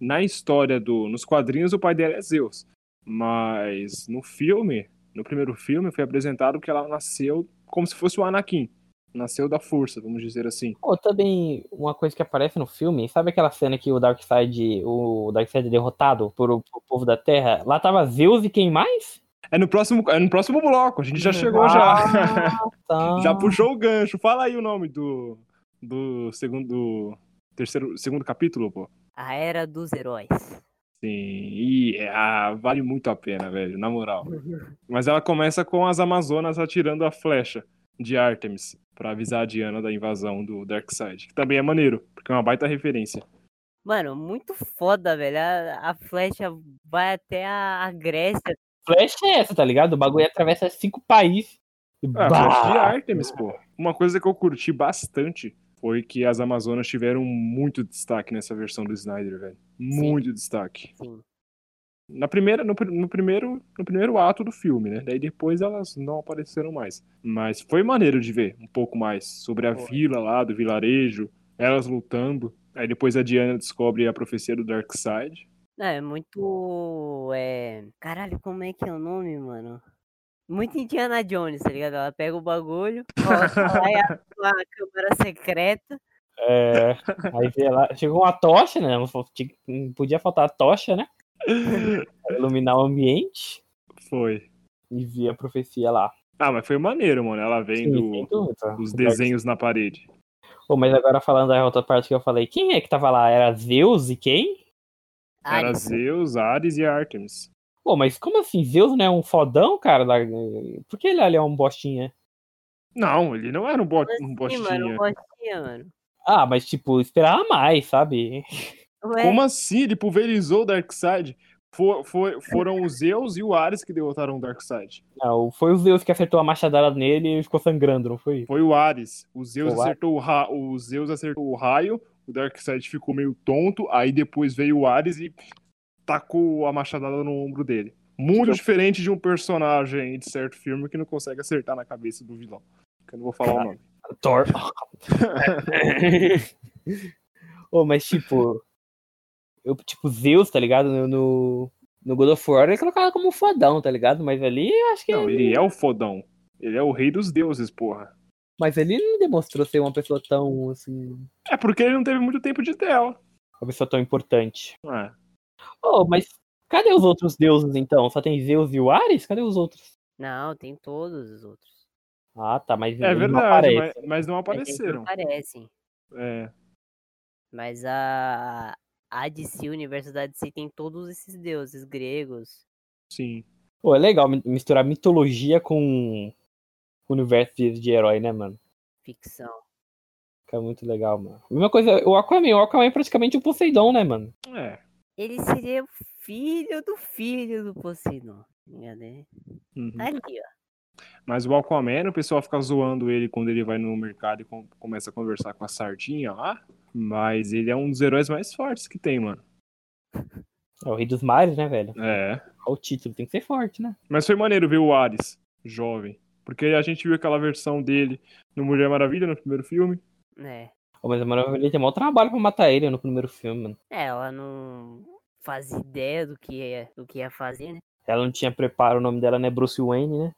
A: Na história do. Nos quadrinhos, o pai dela é Zeus. Mas no filme, no primeiro filme, foi apresentado que ela nasceu como se fosse o Anakin. Nasceu da força, vamos dizer assim.
C: Ou também uma coisa que aparece no filme, sabe aquela cena que o Darkseid, o Darkseid é derrotado por o por o povo da Terra? Lá tava Zeus e quem mais?
A: É no próximo, é no próximo bloco, a gente já chegou já.
C: Ah, tá.
A: Já puxou o gancho. Fala aí o nome do, do segundo. Terceiro. Segundo capítulo, pô.
B: A Era dos Heróis.
A: Sim. E é, ah, vale muito a pena, velho. Na moral. Mas ela começa com as Amazonas atirando a flecha de Artemis pra avisar a Diana da invasão do Darkseid. Que também é maneiro, porque é uma baita referência.
B: Mano, muito foda, velho. A, a flecha vai até a, a Grécia.
C: Flecha é essa, tá ligado? O bagulho atravessa cinco países. E
A: Ah,
C: bah!
A: flecha de Artemis, pô. Uma coisa que eu curti bastante foi que as Amazonas tiveram muito destaque nessa versão do Snyder, velho. Muito destaque.
B: Sim.
A: Na primeira, no, pri- no primeiro, no primeiro ato do filme, né? Daí depois elas não apareceram mais. Mas foi maneiro de ver um pouco mais sobre a
C: Foi.
A: vila lá, do vilarejo, elas lutando. Aí depois a Diana descobre a profecia do Darkseid.
B: Não, é muito. É... Caralho, como é que é o nome, mano? Muito Indiana Jones, tá ligado? Ela pega o bagulho, coloca lá e abre uma câmara secreta.
C: É, aí vê lá, chegou uma tocha, né? Não fal- tinha- não podia faltar a tocha, né? Pra iluminar o ambiente
A: Foi.
C: e ver a profecia lá.
A: Ah, mas foi maneiro, mano. Ela
C: Sim, sem
A: vendo
C: dúvida.
A: os desenhos na parede.
C: Pô, mas agora falando da outra parte que eu falei, quem é que tava lá? Era Zeus e quem?
A: Era assim,
B: Ares,
A: Zeus, Ares e Artemis.
C: Pô, mas como assim? Zeus não é um fodão, cara? Da- Por que ele ali é um bostinha?
A: Não, ele não era um, bo um
B: Sim, mano, um
A: bostinha.
B: bostinha, mano.
C: Ah, mas tipo, esperava mais, sabe?
B: Ué,
A: Como assim? Ele pulverizou o Darkseid? For, for, foram o Zeus e o Ares que derrotaram o Darkseid.
C: Não, foi Ah, o Zeus que acertou a machadada nele e ficou sangrando, não foi?
A: Foi o Ares. O Zeus,
C: Foi o Ares.
A: acertou, o ra o Zeus acertou o raio, o Darkseid ficou meio tonto, aí depois veio o Ares e tacou a machadada no ombro dele. Muito
C: Então-
A: diferente de um personagem de certo filme que não consegue acertar na cabeça do vilão. Que eu não vou falar o nome.
C: Thor. Ô, mas tipo. Eu, tipo, Zeus, tá ligado? No, no, no God of War ele é colocado como um fodão, tá ligado? Mas ali eu acho que.
A: Não, ele é o fodão. Ele é o rei dos deuses, porra.
C: Mas ele não demonstrou ser uma pessoa tão, assim.
A: É porque ele não teve muito tempo de tela.
C: Uma pessoa tão importante.
A: É.
C: Ô, mas cadê os outros deuses então? Só tem Zeus e o Ares? Cadê os outros?
B: Não, tem todos os outros.
C: Ah, tá, mas
A: É
C: eles não né?
A: verdade,
C: aparecem.
A: mas, mas não apareceram.
B: Parecem.
A: É.
B: Mas a. A DC, o universo da DC, tem todos esses deuses gregos.
A: Sim.
C: Pô, é legal mi- misturar mitologia com com o universo de, de herói, né, mano?
B: Ficção.
C: Fica muito legal, mano. Mesma coisa, o Aquaman. O Aquaman é praticamente o Poseidon, né, mano?
A: É.
B: Ele seria o filho do filho do Poseidon. Né?
A: Uhum.
B: Tá ali, ó.
A: Mas o Aquaman, o pessoal fica zoando ele quando ele vai no mercado e com- começa a conversar com a sardinha lá. Mas ele é um dos heróis mais fortes que tem, mano.
C: É o Rei dos Mares, né, velho?
A: É.
C: Olha o título, tem que ser forte, né?
A: Mas foi maneiro ver o Ares, jovem. Porque a gente viu aquela versão dele no Mulher Maravilha, no primeiro filme.
B: né?
C: Ô, mas a Maravilha tem maior trabalho pra matar ele né, no primeiro filme, mano.
B: É, ela não faz ideia do que é do que ia fazer, né?
C: Ela não tinha preparo, o nome dela não é Bruce Wayne, né?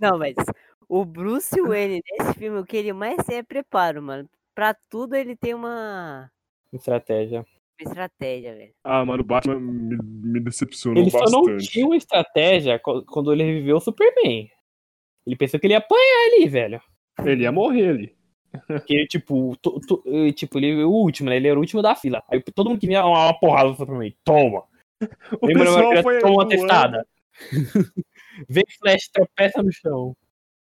B: Não, mas o Bruce Wayne nesse filme, o que ele mais tem é preparo, mano. Pra tudo ele tem uma
C: Estratégia.
B: estratégia, velho.
A: Ah, mano, o Batman me, me decepcionou
C: ele só não
A: bastante.
C: tinha uma estratégia co- quando ele reviveu o Superman. Ele pensou que ele ia apanhar ali, velho.
A: Ele ia morrer ali.
C: Porque, tipo, to- to- eh, tipo, ele é o último, né? Ele era o último da fila. Aí todo mundo que vinha uma, uma porrada no Superman. Toma!
A: O
C: Lembra, um
A: pessoal
C: Maravilha?
A: foi
C: Toma uma
A: voando.
C: testada. Vem Flash, tropeça no chão.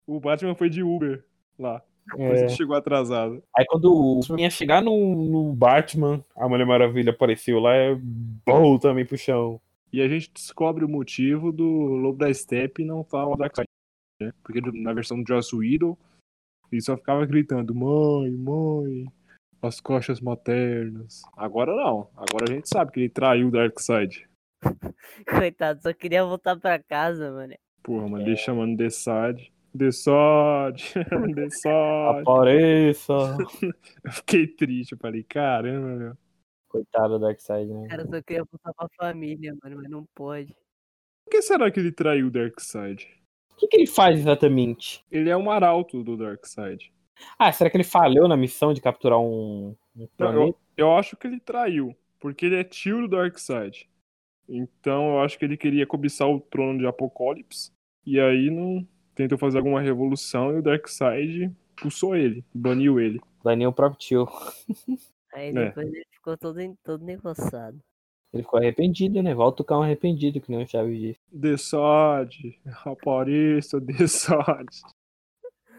A: O Batman foi de Uber lá. Por
C: É.
A: isso que chegou atrasado.
C: Aí quando o Superman ia chegar no,
D: No Batman, a Mulher Maravilha apareceu lá, é bom também pro chão.
A: E a gente descobre o motivo do Lobo da Steppe não tá o Darkseid, né? Porque do- na versão do Joss Whedon, ele só ficava gritando, mãe, mãe, as coxas maternas. Agora não. Agora a gente sabe que ele traiu o Darkseid.
B: Coitado, só queria voltar pra casa, mano.
A: Porra, mano, ele chamando The Side. The Side, The Side.
C: Apareça!
A: Eu fiquei triste, eu falei, caramba, meu.
C: Coitado do Darkseid, né?
B: Cara, só queria voltar pra família, mano, mas não pode.
A: Por que será que ele traiu o Darkseid?
C: que, que ele faz exatamente?
A: Ele é um arauto do Darkseid.
C: Ah, será que ele falhou na missão de capturar um, um
A: Não,
C: planeta?
A: eu, eu acho que ele traiu, porque ele é tio do Darkseid. Então eu acho que ele queria cobiçar o trono de Apocalipse. E aí não tentou fazer alguma revolução e o Darkseid pulsou ele, baniu ele.
C: Daniel, o próprio tio.
B: Aí
A: É.
B: depois ele ficou todo, en- todo negociado.
C: Ele ficou arrependido, né? Volta o cão arrependido, que nem o Chaves disse.
A: Desode, raparista, desode.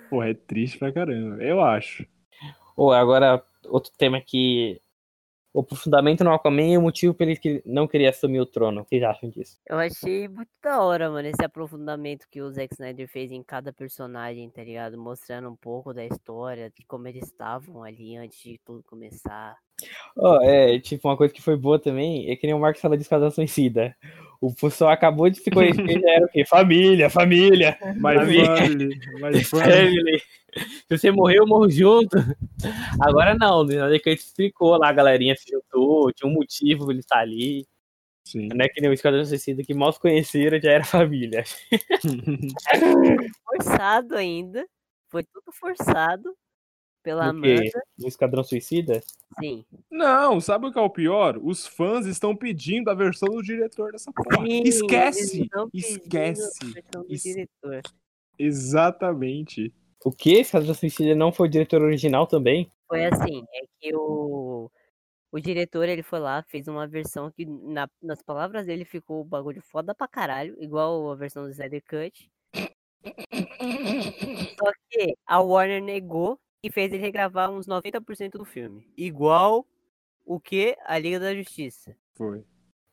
A: Pô, é triste pra caramba, eu acho.
C: Ou agora, outro tema que. O aprofundamento no Aquaman e o motivo pelo que ele não queria assumir o trono. O que vocês acham disso?
B: Eu achei muito da hora, mano, esse aprofundamento que o Zack Snyder fez em cada personagem, tá ligado? Mostrando um pouco da história, de como eles estavam ali antes de tudo começar.
C: Ó, é, tipo, uma coisa que foi boa também é que nem o Marcos falou de Esquadrão Suicida. O pessoal acabou de se conhecer e já era o quê? Família, família,
A: My
C: Amigo.
A: family, my family.
C: family. Se você morrer, eu morro junto. Agora não, né? Na hora que ele explicou lá, a galerinha se juntou, tinha um motivo pra ele estar ali.
A: Sim.
C: Não é que nem o Esquadrão Suicida que mal se conheceram já era família.
B: Forçado ainda, foi tudo forçado pela
C: Do quê?
B: Amanda.
C: No Esquadrão Suicida?
B: Sim,
A: Não, sabe o que é o pior? Os fãs estão pedindo a versão do diretor dessa porra.
B: Sim, eles
A: Esquece!
B: estão pedindo a
A: Esquece!
B: versão do
A: es-
B: diretor.
A: Exatamente.
C: O que? Esquadrão Suicida não foi o diretor original também?
B: Foi assim, é que o, o diretor ele foi lá, fez uma versão que na- nas palavras dele ficou o bagulho foda pra caralho, igual a versão do Snyder Cut. Só que a Warner negou e fez ele regravar uns 90% do filme. Igual o que a Liga da Justiça.
A: Foi.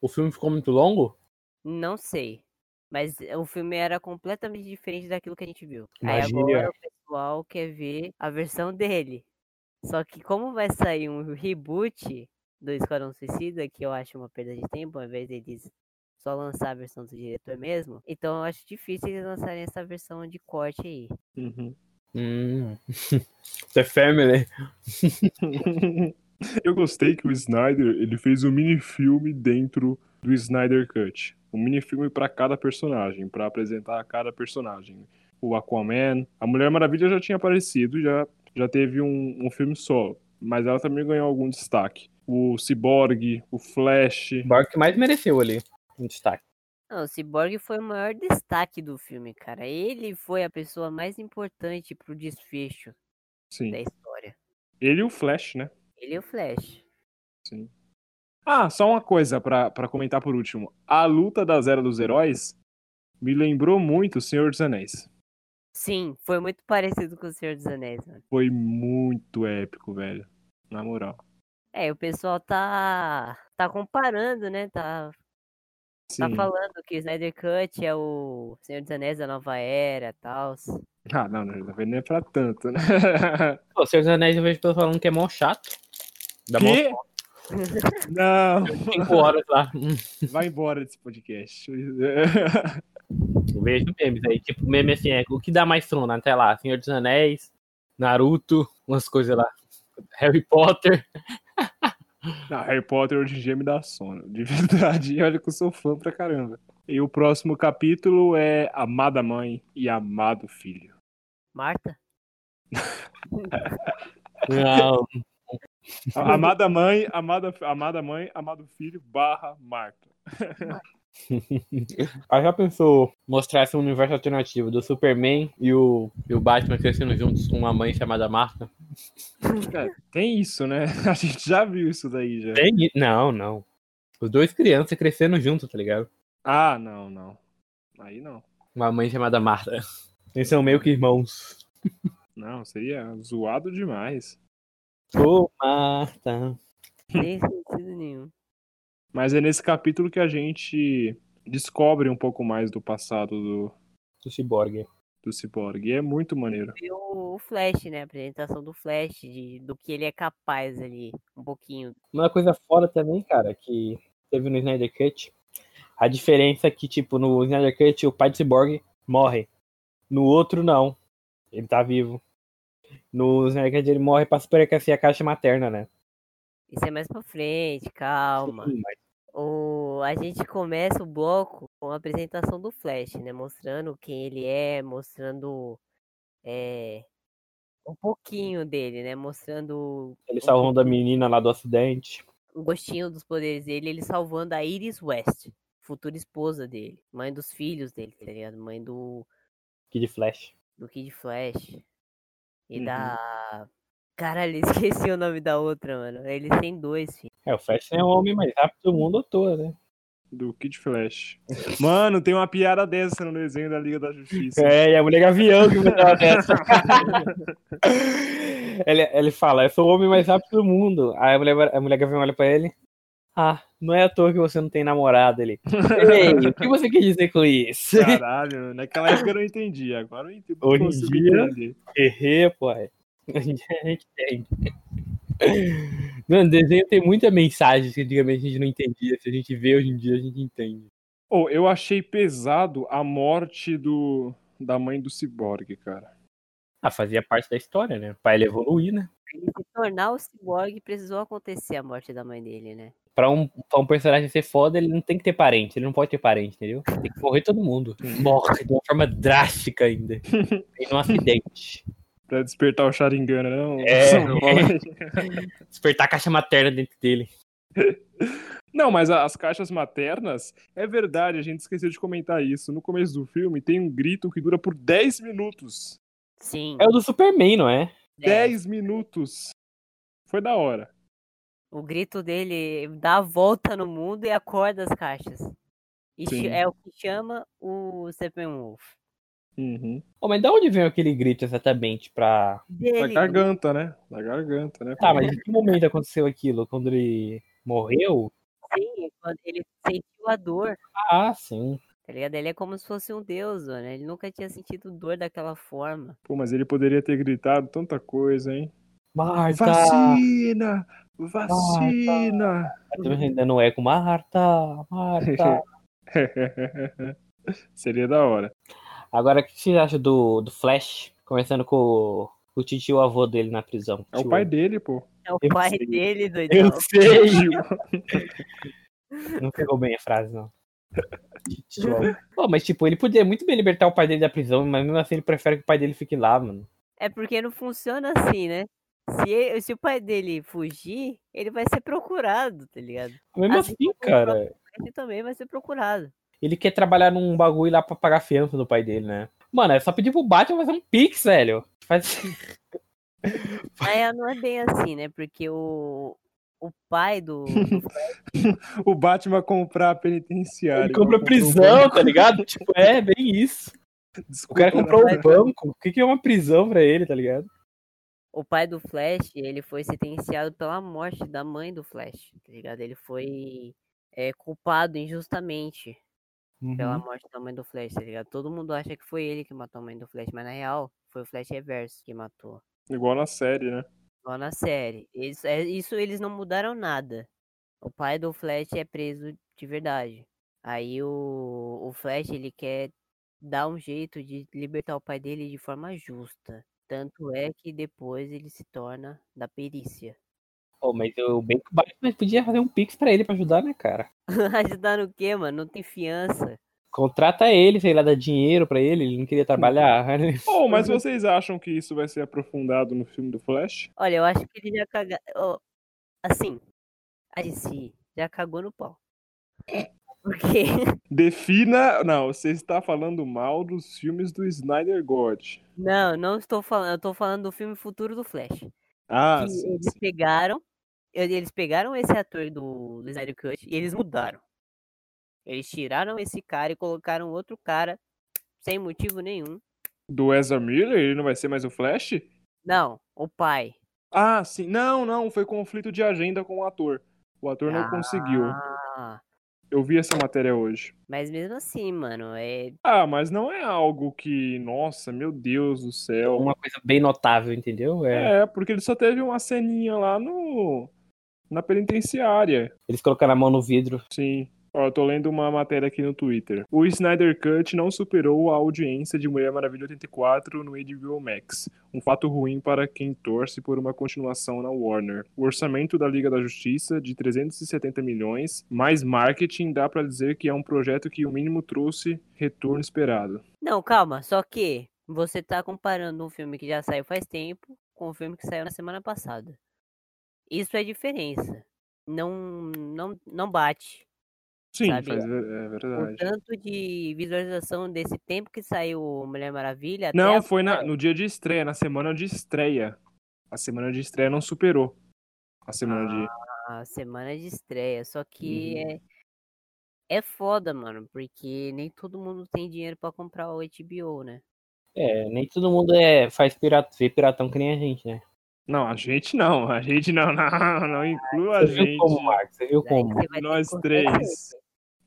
C: O filme ficou muito longo?
B: Não sei. Mas eh, o filme era completamente diferente daquilo que a gente viu.
C: Imagina.
B: Aí agora o pessoal quer ver a versão dele. Só que como vai sair um reboot do Esquadrão Suicida, que eu acho uma perda de tempo, ao invés deles só lançar a versão do diretor mesmo, então eu acho difícil eles lançarem essa versão de corte aí.
A: Uhum.
C: Hum. The Family.
A: Eu gostei que o Snyder ele fez um minifilme dentro do Snyder Cut. Um minifilme pra cada personagem, pra apresentar a cada personagem. O Aquaman, a Mulher Maravilha já tinha aparecido, já, já teve um, um filme só, mas ela também ganhou algum destaque. O Cyborg, o Flash,
C: O barco que mais mereceu ali. Um destaque.
B: Não, o Cyborg foi o maior destaque do filme, cara. Ele foi a pessoa mais importante pro desfecho
A: sim.
B: da história.
A: Ele e o Flash, né?
B: Ele e o Flash.
A: Sim. Ah, só uma coisa pra pra comentar por último. A luta da Era dos Heróis me lembrou muito o Senhor dos Anéis.
B: Sim, foi muito parecido com o Senhor dos Anéis, mano.
A: Foi muito épico, velho. Na moral.
B: É, o pessoal tá tá comparando, né? Tá, tá
A: Sim.
B: falando que o Snyder Cut é o Senhor dos Anéis da Nova Era, tal.
A: Ah, não, não, não é pra tanto, né?
C: Pô, Senhor dos Anéis eu vejo pessoas falando que é mó chato. Dá mó
A: Que? Não,
C: 5 horas lá. Hum,
A: vai embora desse podcast.
C: Eu vejo memes aí. Tipo, meme assim, é, o que dá mais sono até lá? Senhor dos Anéis, Naruto, umas coisas lá. Harry Potter.
A: Não, Harry Potter hoje em dia me dá sono. De verdade, olha que eu sou fã pra caramba. E o próximo capítulo é Amada Mãe e Amado Filho.
B: Marta?
C: Não.
A: A- Amada mãe, amada, amada mãe, amado filho, barra Marta.
C: Aí Ah, já pensou mostrar esse universo alternativo do Superman e o, e o Batman crescendo juntos com uma mãe chamada Marta?
A: Tem isso, né? A gente já viu isso daí já.
C: Tem? i- Não, não. Os dois crianças crescendo juntos, tá ligado?
A: Ah, não, não. Aí não.
C: Uma mãe chamada Marta. Eles são meio que irmãos.
A: Não, seria zoado demais.
C: Ô, Marta.
B: Sem sentido nenhum.
A: Mas é nesse capítulo que a gente descobre um pouco mais do passado do,
C: Do Cyborg.
A: do Cyborg. E é muito maneiro.
B: E o, o Flash, né? A apresentação do Flash, de, do que ele é capaz ali, um pouquinho.
C: Uma coisa foda também, cara, que teve no Snyder Cut, a diferença é que, tipo, no Snyder Cut o pai de Cyborg morre. No outro, não. Ele tá vivo. No Snyder Cut ele morre pra superaquecer a caixa materna, né?
B: Isso é mais pra frente, calma.
C: Sim, mas
B: o, a gente começa o bloco com a apresentação do Flash, né? Mostrando quem ele é, mostrando é, um pouquinho dele, né? Mostrando
C: Ele salvando a menina lá do acidente.
B: um gostinho dos poderes dele, ele salvando a Iris West, futura esposa dele, mãe dos filhos dele, tá ligado? Mãe do,
C: Kid Flash.
B: do Kid Flash e
C: Uhum.
B: da. Caralho, esqueci o nome da outra, mano. Eles têm dois, filho.
C: É, o Flash é o homem mais rápido do mundo à toa, né?
A: Do Kid Flash. Mano, tem uma piada dessa no desenho da Liga da Justiça.
C: É, e a mulher gavião que me dá dessa. ele, ele fala, eu sou o homem mais rápido do mundo. Aí a mulher, a mulher gavião olha pra ele. Ah, não é à toa que você não tem namorado ele. Ei, o que você quer dizer com isso?
A: Caralho, mano. naquela época eu não entendi. Agora eu entendi.
C: Hoje em
A: consigo
C: dia-
A: entender.
C: Ah, Errei, pai. A gente tem. Mano, desenho tem muita mensagem que antigamente a gente não entendia. Se a gente vê hoje em dia, a gente entende.
A: Oh, eu achei pesado a morte do da mãe do Cyborg, cara.
C: Ah, fazia parte da história, né? Pra ele evoluir, né?
B: Pra ele se tornar o cyborg precisou acontecer a morte da mãe dele, né?
C: Pra um, pra um personagem ser foda, ele não tem que ter parente. Ele não pode ter parente, entendeu? Tem que morrer todo mundo. Morre de uma forma drástica ainda. Em um acidente.
A: Pra despertar o Sharingan, né? Não,
C: É.
A: não rola.
C: Despertar a caixa materna dentro dele.
A: Não, mas a- as caixas maternas, é verdade, a gente esqueceu de comentar isso. No começo do filme tem um grito que dura por 10 minutos.
B: Sim.
C: É o do Superman, não é?
B: é.
A: 10 minutos. Foi da hora.
B: O grito dele dá a volta no mundo e acorda as caixas. E chi-
A: Sim.
B: é o que chama o Steppenwolf.
A: Uhum.
C: Pô, mas de onde veio aquele grito exatamente pra.
A: Da
B: Dele,
A: garganta, né? Da garganta, né?
C: Tá, mas em que momento aconteceu aquilo? Quando ele morreu?
B: sim, quando ele sentiu a dor,
C: Ah, sim.
B: tá ligado? Ele é como se fosse um deus, mano. Ele nunca tinha sentido dor daquela forma.
A: Pô, mas ele poderia ter gritado tanta coisa, hein?
C: Marta!
A: Vacina! Vacina!
C: tá. Ainda não é com Marta! Marta!
A: Seria da hora.
C: Agora, o que vocês acham do, do Flash? Começando com o, o titio o avô dele na prisão.
A: É o
C: Tio-
A: pai dele, pô. É
B: É o
C: Eu
B: pai
C: sei.
B: dele, doidão.
C: Eu sei! Não pegou bem a frase, não. Titio avô. Pô, mas tipo, ele podia muito bem libertar o pai dele da prisão, mas mesmo assim ele prefere que o pai dele fique lá, mano.
B: É porque não funciona assim, né? Se, e- se o pai dele fugir, ele vai ser procurado, tá ligado?
C: Mesmo
B: Assim
C: assim,
B: como o
C: cara.
B: Ele também vai ser procurado.
C: Ele quer trabalhar num bagulho lá pra pagar a fiança do pai dele, né? Mano, é só pedir pro Batman fazer um pix, velho. Faz... assim.
B: Mas não é bem assim, né? Porque o, o pai do,
A: O Batman comprar a penitenciária.
C: Ele compra
A: Comprou um
C: prisão, tá ligado? Tipo, é, bem isso.
A: banco.
C: O cara
A: Desculpa,
C: comprou um
A: né?
C: banco. O que, que é uma prisão pra ele, tá ligado?
B: O pai do Flash, ele foi sentenciado pela morte da mãe do Flash, tá ligado? Ele foi é, culpado injustamente
A: Uhum.
B: pela morte da mãe do Flash, tá ligado? Todo mundo acha que foi ele que matou a mãe do Flash, mas na real, foi o Flash Reverso que matou.
A: Igual na série, né?
B: Igual na série. Isso, é- isso eles não mudaram nada. O pai do Flash é preso de verdade. Aí o, o Flash, ele quer dar um jeito de libertar o pai dele de forma justa. Tanto é que depois ele se torna da perícia.
C: Pô, mas o bem que o Batman podia fazer um pix pra ele pra ajudar, né, cara?
B: Ajudar tá no quê, mano? Não tem fiança.
C: Contrata ele, sei lá, dá dinheiro pra ele, ele não queria trabalhar. né?
A: Oh, mas vocês acham que isso vai ser aprofundado no filme do Flash?
B: Olha, eu acho que ele já caga... ó, assim, a DC já cagou no pau. Porque
A: Defina. Não, você está falando mal dos filmes do Snyder God.
B: não, não estou falando, eu tô falando do filme Futuro do Flash.
A: Ah,
B: que
A: sim,
B: eles
A: sim.
B: pegaram, ele- eles pegaram esse ator do do Snyder Cut e eles mudaram. Eles tiraram esse cara e colocaram outro cara sem motivo nenhum.
A: Do Ezra Miller? Ele não vai ser mais o Flash?
B: Não, o pai.
A: Ah, sim. Não, não. Foi conflito de agenda com o ator. O ator não conseguiu.
B: Ah,
A: Eu vi essa matéria hoje.
B: mas mesmo assim, mano, é
A: Ah, mas não é algo que. Nossa, meu Deus do céu.
C: Uma coisa bem notável, entendeu? É.
A: É, porque ele só teve uma ceninha lá no. Na penitenciária.
C: Eles colocaram a mão no vidro.
A: Sim. Ó, eu tô lendo uma matéria aqui no Twitter. O Snyder Cut não superou a audiência de Mulher Maravilha 84 no HBO Max. Um fato ruim para quem torce por uma continuação na Warner. O orçamento da Liga da Justiça, de 370 milhões, mais marketing, dá pra dizer que é um projeto que o mínimo trouxe retorno esperado.
B: Não, calma, só que você tá comparando um filme que já saiu faz tempo com um filme que saiu na semana passada. Isso é diferença. Não, não, não bate.
A: Sim,
B: Sabe?
A: faz- é verdade.
B: O tanto de visualização desse tempo que saiu Mulher Maravilha. até
A: Não,
B: a-
A: foi na- no dia de estreia, na semana de estreia. A semana de estreia não superou. A semana de.
B: a semana de estreia. Só que
A: Uhum.
B: é, é foda, mano, porque nem todo mundo tem dinheiro pra comprar o HBO, né?
C: É, nem todo mundo é, faz pirata, vê piratão que nem a gente, né?
A: Não, a gente não. A gente não, não, não inclua a
C: Você viu
A: gente.
C: como, Marcos? Você viu
B: Daí
C: como?
B: você vai ter que
A: Nós
B: cortar
A: três.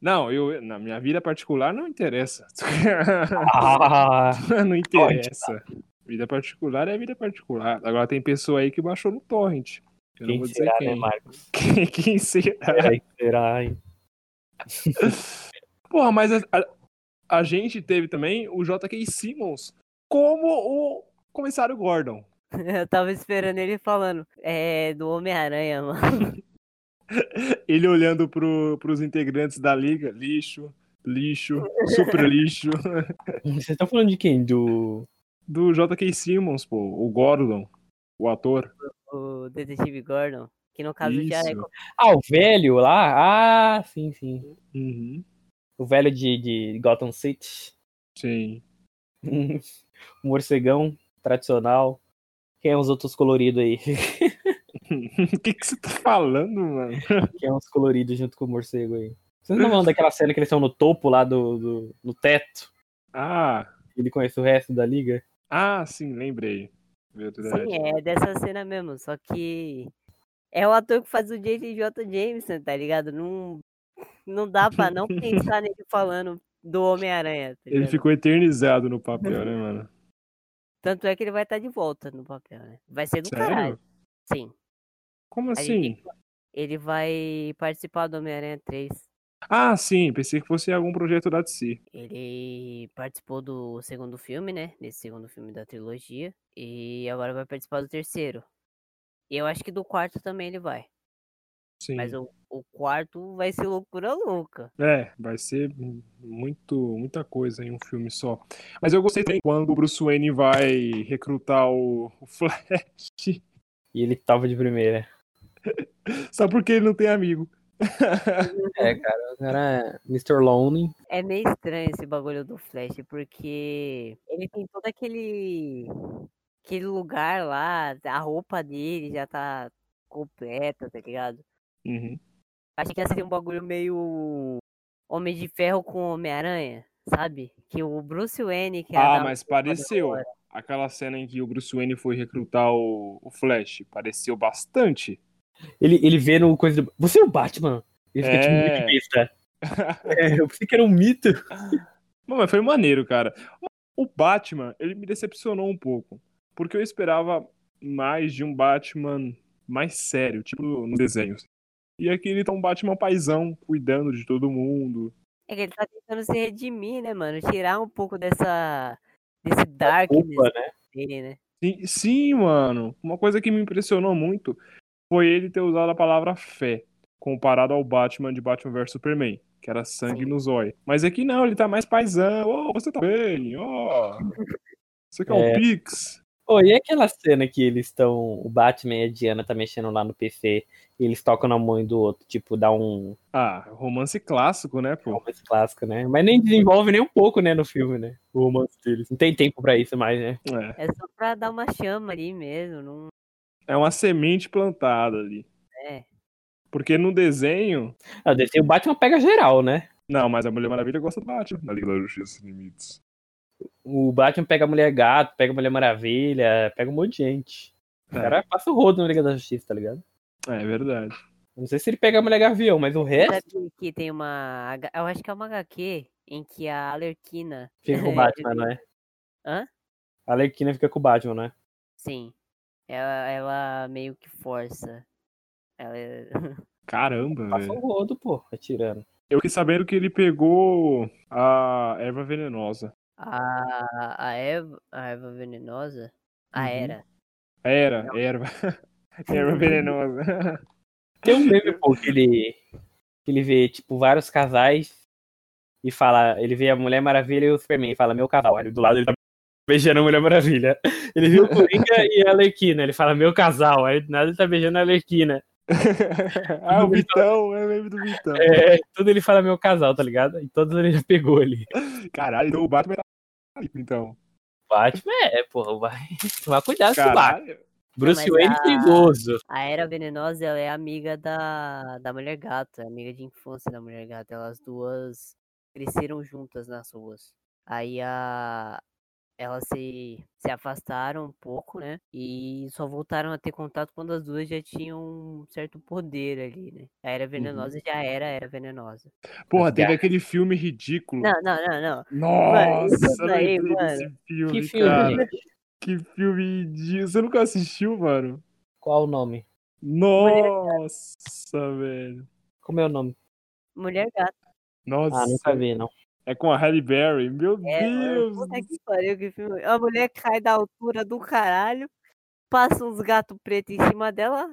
A: Não, eu na minha vida particular não interessa.
C: Ah,
A: não interessa. Vida particular é vida particular. Agora tem pessoa aí que baixou no torrent. Eu não
C: quem
A: vou dizer
C: será, né,
A: quem.
C: Marcos? É.
A: quem. Quem será?
C: Quem será, hein?
A: Porra, mas a, a- a gente teve também o J.K. Simmons como o comissário Gordon.
B: Eu tava esperando ele falando é, do Homem-Aranha, mano.
A: Ele olhando pro, pros integrantes da liga, lixo, lixo, super lixo.
C: Vocês estão falando de quem? Do.
A: Do J.K. Simmons, pô, o Gordon, o ator.
B: O Detetive Gordon. Que no caso já é.
A: Isso.
C: Ah, o velho lá? Ah, sim, sim.
A: Uhum,
C: O velho de, de Gotham City.
A: sim.
C: Um morcegão tradicional. Quem é os outros coloridos aí?
A: O que que você tá falando, mano?
C: Quem é os coloridos junto com o morcego aí? Vocês não falam daquela cena que eles estão no topo lá do, do no teto?
A: Ah,
C: Ele conhece o resto da liga?
A: ah, sim, lembrei. Verdade.
B: Sim, é dessa cena mesmo. Só que é o ator que faz o J.J. Jameson, tá ligado? Não, não dá pra não pensar nele falando do Homem-Aranha. tá
A: Ele
B: ligado?
A: ficou eternizado no papel, né, mano?
B: Tanto é que ele vai estar de volta no papel, né? Vai ser do
A: Sério?
B: caralho. Sim.
A: Como
B: A gente-
A: assim?
B: Ele vai participar do Homem-Aranha 3.
A: Ah, sim, pensei que fosse algum projeto da DC.
B: Ele participou do segundo filme, né? Desse segundo filme da trilogia. E agora vai participar do terceiro. E eu acho que do quarto também ele vai.
A: Sim.
B: Mas o, o quarto vai ser loucura louca.
A: É, vai ser muito, muita coisa em um filme só. Mas eu gostei também quando o Bruce Wayne vai recrutar o, o Flash.
C: E ele tava de primeira.
A: Só porque ele não tem amigo.
C: É, cara, o cara é Mr. Lonely.
B: É meio estranho esse bagulho do Flash, porque ele tem todo aquele. aquele lugar lá, a roupa dele já tá completa, tá ligado?
A: Uhum.
B: Achei que ia ser um bagulho meio Homem de Ferro com Homem-Aranha, sabe? Que o Bruce Wayne que
A: Ah,
B: da- é
A: mas pareceu. Aquela cena em que o Bruce Wayne foi recrutar o, o Flash. Pareceu bastante.
C: Ele, ele vê no coisa do. Você é o Batman? Ele fica tipo
A: É.
C: muito besta. É, eu pensei que era um mito.
A: Não, mas foi maneiro, cara. O Batman, ele me decepcionou um pouco. Porque eu esperava mais de um Batman mais sério, tipo nos desenhos. E aqui ele tá um Batman paizão, cuidando de todo mundo.
B: É que ele tá tentando se redimir, né, mano? Tirar um pouco dessa desse darkness
C: Opa, né?
B: dele, né?
A: Sim, sim, mano. Uma coisa que me impressionou muito foi ele ter usado a palavra fé, comparado ao Batman de Batman vs Superman, que era sangue
B: Sim.
A: no zóio. Mas aqui não, ele tá mais paizão. Ô, você tá bem, ó. Você quer um
C: É.
A: Pix?
C: Pô, e aquela cena que eles estão. O Batman e a Diana tá mexendo lá no PC e eles tocam na mão um do outro, tipo, dá um
A: Ah, romance clássico, né, pô?
C: romance clássico, né? Mas nem desenvolve nem um pouco, né, no filme, né? O romance deles. Não tem tempo pra isso mais, né?
A: É,
B: É só pra dar uma chama ali mesmo. Não...
A: é uma semente plantada ali.
B: É.
A: Porque no desenho.
C: Ah, deve ser o Batman pega geral, né?
A: Não, mas a Mulher Maravilha gosta do Batman. Na Liga da Justiça Sem Limites.
C: O Batman pega a Mulher Gato, pega a Mulher Maravilha, pega um monte de gente. O
A: É.
C: cara passa o rodo na Liga da Justiça, tá ligado?
A: É verdade.
C: Não sei se ele pega a Mulher Gavião, mas o resto
B: Sabe que tem uma. H- Eu acho que é uma HQ em que a Alerquina.
C: fica com o Batman, não é?
B: Hã?
C: A Lerquina fica com o Batman, né?
B: Sim. Ela, ela meio que força. Ela é,
A: Caramba,
C: Passa
A: velho.
C: o rodo, pô, atirando.
A: Eu fiquei sabendo que ele pegou a erva venenosa.
B: A, a, Eva, a Eva venenosa? A
A: Uhum.
B: Era.
A: Era, erva. erva venenosa.
C: Tem um meme, pô, que ele, que ele vê, tipo, vários casais e fala, ele vê a Mulher Maravilha e o Superman e fala, meu casal. Aí do lado ele tá beijando a Mulher Maravilha. Ele viu o Coringa e a Alequina, ele fala, meu casal. Aí do nada ele tá beijando a Alequina.
A: ah, o Vitão, é o meme do Vitão.
C: É, tudo ele fala, meu casal, tá ligado? E todos ele já pegou ali.
A: Caralho, então o Batman tá então.
C: Batman é, porra, vai tomar cuidado com o Batman.
A: Caralho.
C: Bruce
B: Não, mas
C: Wayne
B: a-
C: perigoso.
B: A Era venenosa ela é amiga da, da Mulher Gato, é amiga de infância da Mulher Gato. Elas duas cresceram juntas nas ruas. Aí a. Elas se, se afastaram um pouco, né? E só voltaram a ter contato quando as duas já tinham um certo poder ali, né? A
A: Uhum.
B: Era Venenosa já era a Era Venenosa.
A: Porra, teve aquele filme ridículo.
B: Não, não, não, não. Mano,
A: Nossa,
B: isso daí,
A: lembrei desse filme,
C: Que filme,
A: cara.
C: gente?
A: Que filme ridículo. Você nunca assistiu, mano?
C: Qual o nome?
A: Nossa, velho.
C: Como é o nome?
B: Mulher Gato.
A: Nossa,
C: Ah, nunca vi, não.
A: é com a Halle Berry. Meu
B: É, mano,
A: Deus.
B: puta que pariu, que filme. A mulher cai da altura do caralho, passa uns gatos pretos em cima dela,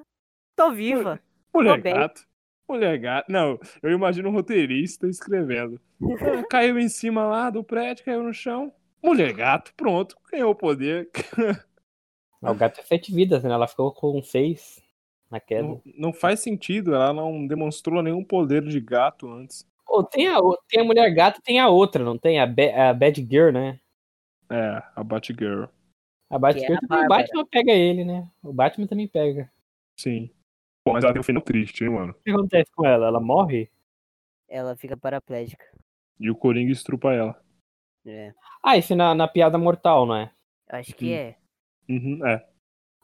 B: tô viva.
A: Mulher
B: Tô bem.
A: gato. Mulher gato. Não, eu imagino um roteirista escrevendo. Ah, caiu em cima lá do prédio, caiu no chão. Mulher gato, pronto. Ganhou o poder.
C: Ah, o gato é sete vidas, né? Ela ficou com seis na queda.
A: Não, não faz sentido, ela não demonstrou nenhum poder de gato antes.
C: Pô, tem, a, o- tem a mulher gata tem a outra, não tem? A, Ba- a Bad Girl, né?
A: É, a Batgirl.
C: A Batgirl
B: Que é a
C: também.
B: Bárbara.
C: O Batman pega ele, né? O Batman também pega.
A: Sim. Pô, mas ela tem um final triste, hein, mano?
C: O que acontece com ela? Ela morre?
B: Ela fica paraplégica.
A: E o Coringa estrupa ela.
B: É.
C: Ah, isso é na, na piada mortal, não é?
B: Acho que é.
A: Uhum, é.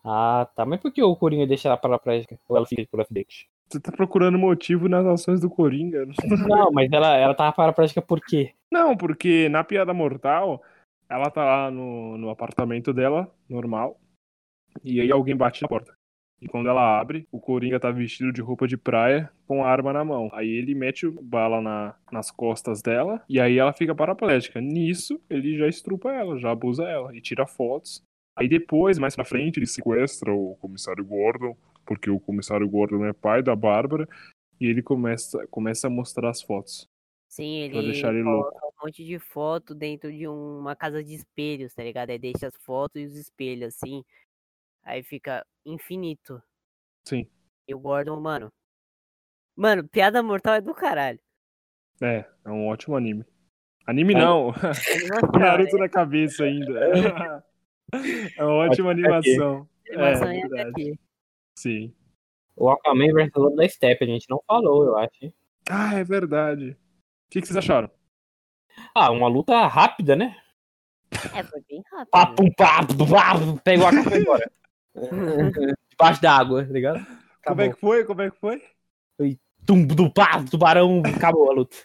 C: Ah, tá. Mas por que o Coringa deixa ela paraplégica? Ou ela fica por acidente?
A: Você tá procurando motivo nas ações do Coringa?
C: Não, mas ela, ela tava paraplégica por quê?
A: Não, porque na Piada Mortal, ela tá lá no, no apartamento dela, normal, e aí alguém bate na porta. E quando ela abre, o Coringa tá vestido de roupa de praia com a arma na mão. Aí ele mete o bala na, nas costas dela e aí ela fica paraplégica. Nisso, ele já estrupa ela, já abusa ela e tira fotos. Aí depois, mais pra frente, ele sequestra o comissário Gordon, porque o comissário Gordon é pai da Bárbara, e ele começa, começa a mostrar as fotos.
B: Sim,
A: Pra
B: ele
A: Tipo, deixar ele louco.
B: coloca um monte de foto dentro de uma casa de espelhos, tá ligado? Aí deixa as fotos e os espelhos, assim. Aí fica infinito.
A: Sim.
B: E o Gordon, mano. Mano, piada mortal é do caralho.
A: É, é um ótimo anime. Anime
C: Aí-
A: não, o
B: É Animação,
A: Naruto na cabeça ainda. É uma ótima animação.
B: né? Animação
A: é
B: é
A: verdade.
B: daqui.
A: Sim.
C: O Aquaman versus o Lobo da Steppe, a gente não falou, eu acho. hein?
A: Ah, é verdade. O que, que vocês acharam?
C: Ah, uma luta rápida, né?
B: É, foi bem rápido.
C: Pá, pum, pá, pum, pá, pum, pega o Aquaman e vai embora. Debaixo da água, tá ligado?
A: Como é
C: Acabou.
A: que foi? Como é que foi?
C: Tum, dum, pá, tubarão, acabou a luta.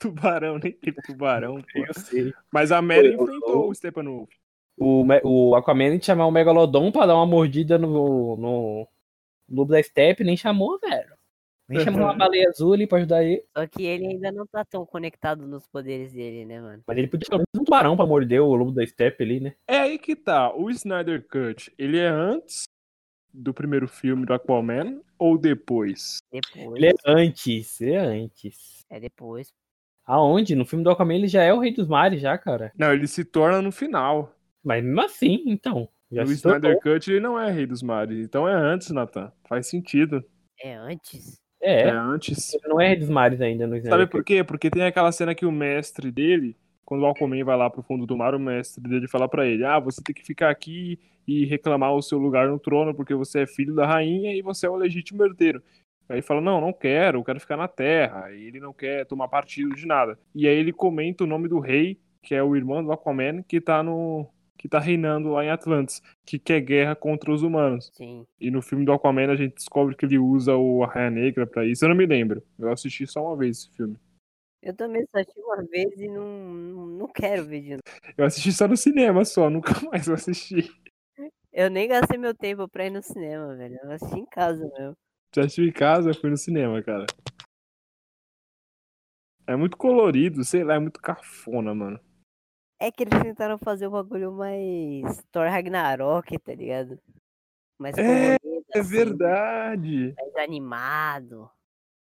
A: Tubarão, nem teve tubarão, pô.
C: Eu sei.
A: Mas a Mary
C: Foi, eu-
A: enfrentou o Steppenwolf.
C: O, Me- o Aquaman nem chamar o Megalodon pra dar uma mordida no, no Lobo da Steppe, nem chamou, velho. Nem chamou
A: Uhum.
C: uma baleia azul ali pra ajudar ele.
B: Só que ele ainda não tá tão conectado nos poderes dele, né, mano?
C: Mas ele podia pelo menos um tubarão pra morder o Lobo da Steppe ali, né?
A: É aí que tá. O Snyder Cut, ele é antes do primeiro filme do Aquaman ou depois?
B: Depois.
C: Ele é antes, ele é antes.
B: É depois.
C: Aonde? No filme do Aquaman ele já é o Rei dos Mares, já, cara.
A: Não, ele se torna no final.
C: Mas mesmo assim, então. Já
A: o
C: se tornou.
A: Snyder Cut, ele não é Rei dos Mares. Então é antes, Nathan. Faz sentido.
B: É antes.
C: É,
A: é antes.
C: ele não é Rei dos Mares ainda no Snyder
A: Sabe
C: Cut.
A: por quê? Porque tem aquela cena que o mestre dele, quando o Alcomen vai lá pro fundo do mar, o mestre dele fala pra ele: Ah, você tem que ficar aqui e reclamar o seu lugar no trono porque você é filho da rainha e você é o legítimo herdeiro. Aí ele fala: Não, não quero, eu quero ficar na terra. Aí ele não quer tomar partido de nada. E aí ele comenta o nome do rei, que é o irmão do Aquaman, que tá no. que tá reinando lá em Atlantis, que quer guerra contra os humanos.
B: Sim.
A: E no filme do Aquaman a gente descobre que ele usa o Arraia Negra pra isso. Eu não me lembro. Eu assisti só uma vez esse filme.
B: Eu também só assisti uma vez e não, não, não quero ver de novo.
A: Eu assisti só no cinema só, nunca mais eu assisti.
B: Eu nem gastei meu tempo pra ir no cinema, velho. Eu assisti em casa mesmo.
A: Já estive em casa, eu fui no cinema, cara. É muito colorido, sei lá, é muito cafona, mano.
B: É que eles tentaram fazer o bagulho mais Thor Ragnarok, tá ligado? Mais
A: É,
B: colorido,
A: É
B: assim,
A: verdade.
B: Mais animado.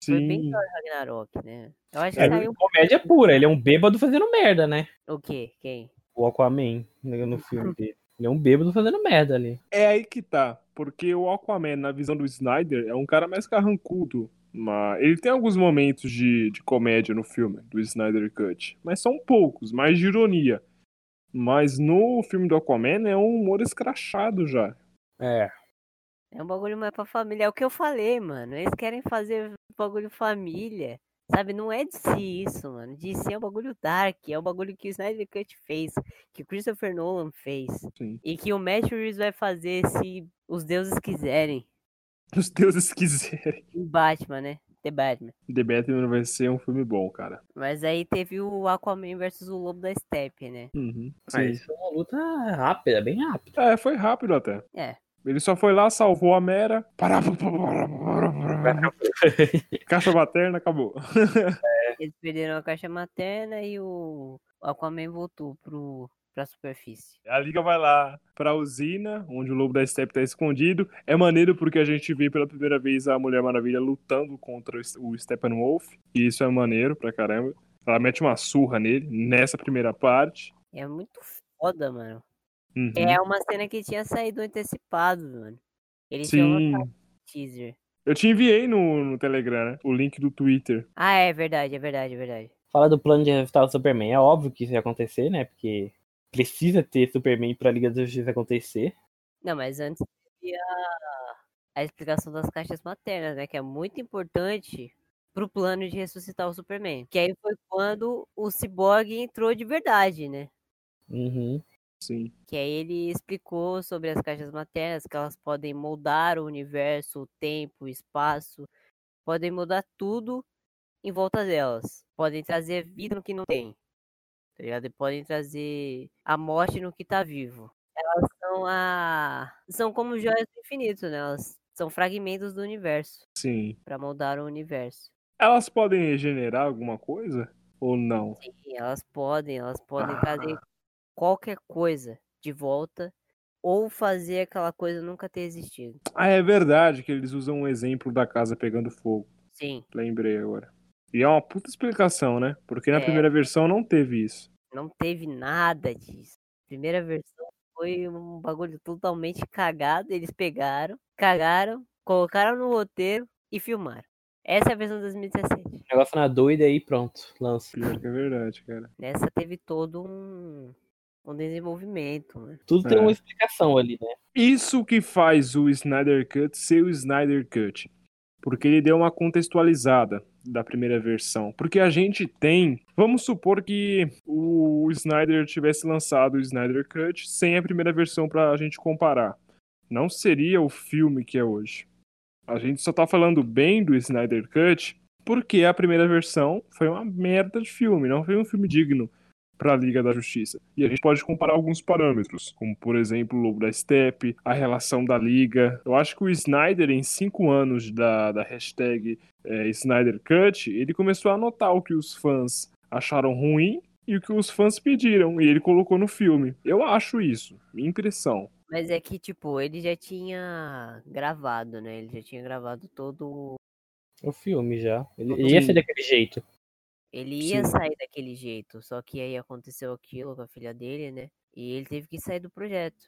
B: Foi bem
A: Sim.
B: Thor Ragnarok, né? Eu acho que
C: É
B: saiu
C: comédia pura, ele é um bêbado fazendo merda, né?
B: o quê? Quem?
C: O Aquaman né, no filme dele. Ele é um bêbado fazendo merda ali.
A: É aí que tá. Porque o Aquaman, na visão do Snyder, é um cara mais carrancudo. Mas ele tem alguns momentos de, de comédia no filme, do Snyder Cut. Mas são poucos, mais de ironia. Mas no filme do Aquaman é um humor escrachado já.
C: É.
B: É um bagulho mais pra família. É o que eu falei, mano. Eles querem fazer bagulho família. Sabe, não é de si isso, mano. De si é um bagulho dark, é um bagulho que o Snyder Cut fez, que o Christopher Nolan fez.
A: Sim.
B: E que o Matt Reeves vai fazer se os deuses quiserem.
A: Os deuses quiserem.
B: O Batman, né? The Batman.
A: The Batman vai ser um filme bom, cara.
B: Mas aí teve o Aquaman versus o Lobo da Steppe, né?
A: Uhum.
C: Mas
A: Sim.
C: isso é uma luta rápida, bem rápida.
A: É, foi rápido até.
B: É.
A: Ele só foi lá, salvou a Mera. Pará, Caixa materna, acabou.
B: Eles perderam a caixa materna e o Aquaman voltou pro, pra superfície.
A: A liga vai lá pra usina, onde o lobo da Steppe tá escondido. É maneiro porque a gente vê pela primeira vez a Mulher Maravilha lutando contra o Ste- o Steppenwolf. E isso é maneiro pra caramba. Ela mete uma surra nele nessa primeira parte.
B: É muito foda, mano.
A: Uhum.
B: É uma cena que tinha saído antecipado, mano. Ele tinha
A: Sim.
B: lançado um teaser.
A: Eu te enviei no, no Telegram, né? O link do Twitter.
B: Ah, é verdade, é verdade, é verdade.
C: Fala do plano de revitar o Superman. É óbvio que isso ia acontecer, né? Porque precisa ter Superman pra Liga da Justiça acontecer.
B: Não, mas antes teve a, a explicação das caixas maternas, né? Que é muito importante pro plano de ressuscitar o Superman. Que aí foi quando o Cyborg entrou de verdade, né?
C: Uhum.
A: Sim.
B: Que aí ele explicou sobre as caixas maternas, que elas podem moldar o universo, o tempo, o espaço, podem mudar tudo em volta delas. Podem trazer vida no que não tem. Tá ligado? E podem trazer a morte no que tá vivo. Elas são a. São como joias do infinito, né? Elas são fragmentos do universo
A: Sim.
B: para moldar o universo.
A: Elas podem regenerar alguma coisa? Ou não?
B: Sim, elas podem, elas podem trazer qualquer coisa de volta ou fazer aquela coisa nunca ter existido.
A: Ah, é verdade que eles usam um exemplo da casa pegando fogo.
B: Sim,
A: Lembrei agora. E é uma puta explicação, né? Porque na
B: É.
A: primeira versão não teve isso.
B: não teve nada disso. Primeira versão foi um bagulho totalmente cagado, eles pegaram, cagaram, colocaram no roteiro e filmaram. Essa é a versão de 2017.
C: O negócio na doida aí, pronto. Lança.
A: Pior que é verdade, cara.
B: Nessa teve todo um, um desenvolvimento, né? mano.
C: Tudo tem
A: É.
C: uma explicação ali, né?
A: Isso que faz o Snyder Cut ser o Snyder Cut. Porque ele deu uma contextualizada da primeira versão. Porque a gente tem. Vamos supor que o Snyder tivesse lançado o Snyder Cut sem a primeira versão pra gente comparar. Não seria o filme que é hoje. A gente só tá falando bem do Snyder Cut porque a primeira versão foi uma merda de filme, não foi um filme digno pra Liga da Justiça. E a gente pode comparar alguns parâmetros, como por exemplo o Lobo da Steppe, a relação da Liga. Eu acho que o Snyder, em cinco anos da, da hashtag é, Snyder Cut, ele começou a notar o que os fãs acharam ruim e o que os fãs pediram, e ele colocou no filme. Eu acho isso, minha impressão.
B: Mas é que, tipo, ele já tinha gravado, né? Ele já tinha gravado todo o
C: O filme já. Ele
B: Sim.
C: ele ia ser daquele jeito.
B: Ele ia
A: Sim.
B: sair daquele jeito, só que aí aconteceu aquilo com a filha dele, né? E ele teve que sair do projeto.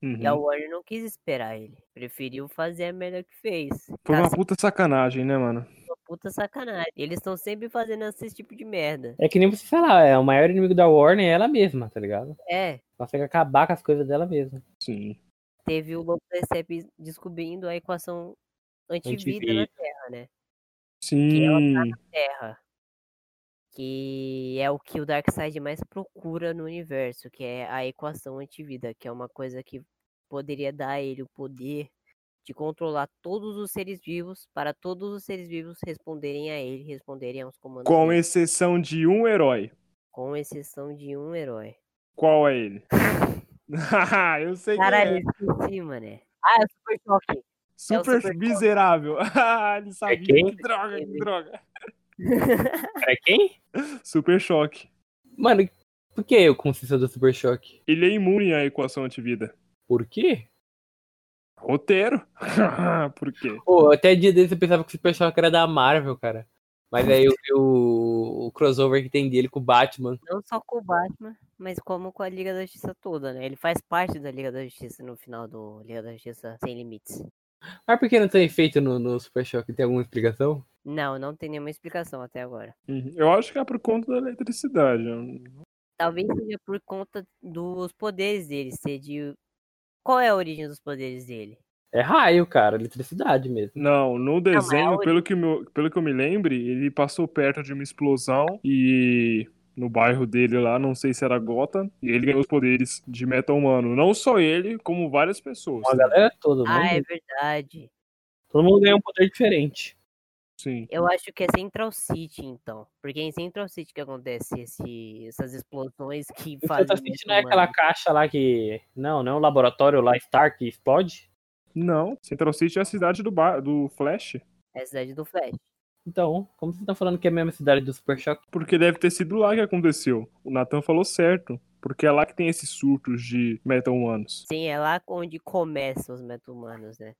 B: E é a
A: Uhum.
B: Warner não quis esperar ele. Preferiu fazer a merda que fez.
A: Foi
B: tá
A: uma
B: sendo
A: puta sacanagem, né, mano?
B: uma puta sacanagem. Eles estão sempre fazendo esse tipo de merda.
C: É que nem você falar, é o maior inimigo da Warner é ela mesma, tá ligado?
B: É,
C: Consegue acabar com as coisas dela mesma.
A: Sim.
B: teve o Lobo da Estepe descobrindo a equação antivida na
C: Antivida.
B: Terra, né? é
A: Sim.
B: Terra. Que é o que o Darkseid mais procura no universo, que é a equação antivida, que é uma coisa que poderia dar a ele o poder de controlar todos os seres vivos, para todos os seres vivos responderem a ele, responderem aos comandos
A: Com
B: dele,
A: exceção de um herói.
B: com exceção de um herói.
A: Qual é ele? Haha, eu sei que
B: Caralho,
A: é.
B: esqueci, mané. Ah, é o Super Choque. É
A: Super
B: Super
A: miserável. Ah, ele sabia.
C: quem?
A: Que droga, que droga.
C: Pra quem?
A: Super choque.
C: Mano, por que eu consciência do Super Choque?
A: Ele é imune à equação antivida.
C: Por quê?
A: Roteiro. Por quê?
C: Pô, até dia desse eu pensava que o Super Choque era da Marvel, cara. Mas aí eu vi o, o crossover que tem dele com o Batman.
B: Não só com o Batman, mas como com a Liga da Justiça toda, né? Ele faz parte da Liga da Justiça no final do Liga da Justiça Sem Limites.
C: Mas por que não tem efeito no, no Super Choque? Tem alguma explicação?
B: Não, não tem nenhuma explicação até agora.
A: Uhum. Eu acho que é por conta da eletricidade.
B: Talvez seja por conta dos poderes dele, ser de. Qual é a origem dos poderes dele?
C: É raio, cara, eletricidade mesmo.
A: Não, no desenho,
B: é o-
A: pelo, que meu- pelo que eu me lembre, ele passou perto de uma explosão e no bairro dele lá, não sei se era Gotham, e ele ganhou os poderes de meta humano. Não só ele, como várias pessoas.
C: Uma galera toda,
B: Ah,
C: né?
B: é verdade.
C: Todo mundo ganha um poder diferente.
A: Sim.
B: Eu acho que é Central City, então. Porque é em Central City que acontece esse- essas explosões que
C: O
B: fazem.
C: Santa
B: o
C: City
B: ser
C: não é aquela
B: humano.
C: caixa lá que. Não, não é o laboratório lá Star que explode?
A: Não, Central City é a cidade do, ba- do Flash,
B: É a cidade do Flash.
C: Então, como você tá falando que é a mesma cidade do Super Choque?
A: porque deve ter sido lá que aconteceu. O Nathan falou certo, porque é lá que tem esses surtos de meta humanos.
B: Sim, é lá onde começam os meta-humanos, né?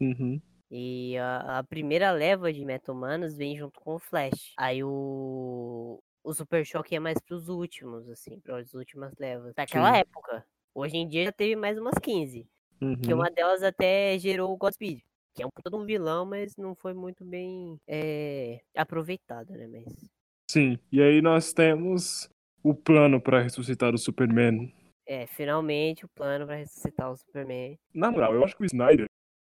A: Uhum.
B: E a, a primeira leva de meta-humanos vem junto com o Flash. Aí o, o Super Choque é mais pros últimos, assim, pras últimas levas. Daquela
A: Sim.
B: época. Hoje em dia já teve mais umas 15. Que
A: Uhum.
B: uma delas até gerou o Godspeed. Que é um puta de um vilão, mas não foi muito bem eh, aproveitado, né? Mas.
A: Sim, e aí nós temos o plano pra ressuscitar o Superman.
B: É, finalmente o plano pra ressuscitar o Superman.
A: Na moral, eu acho que o Snyder,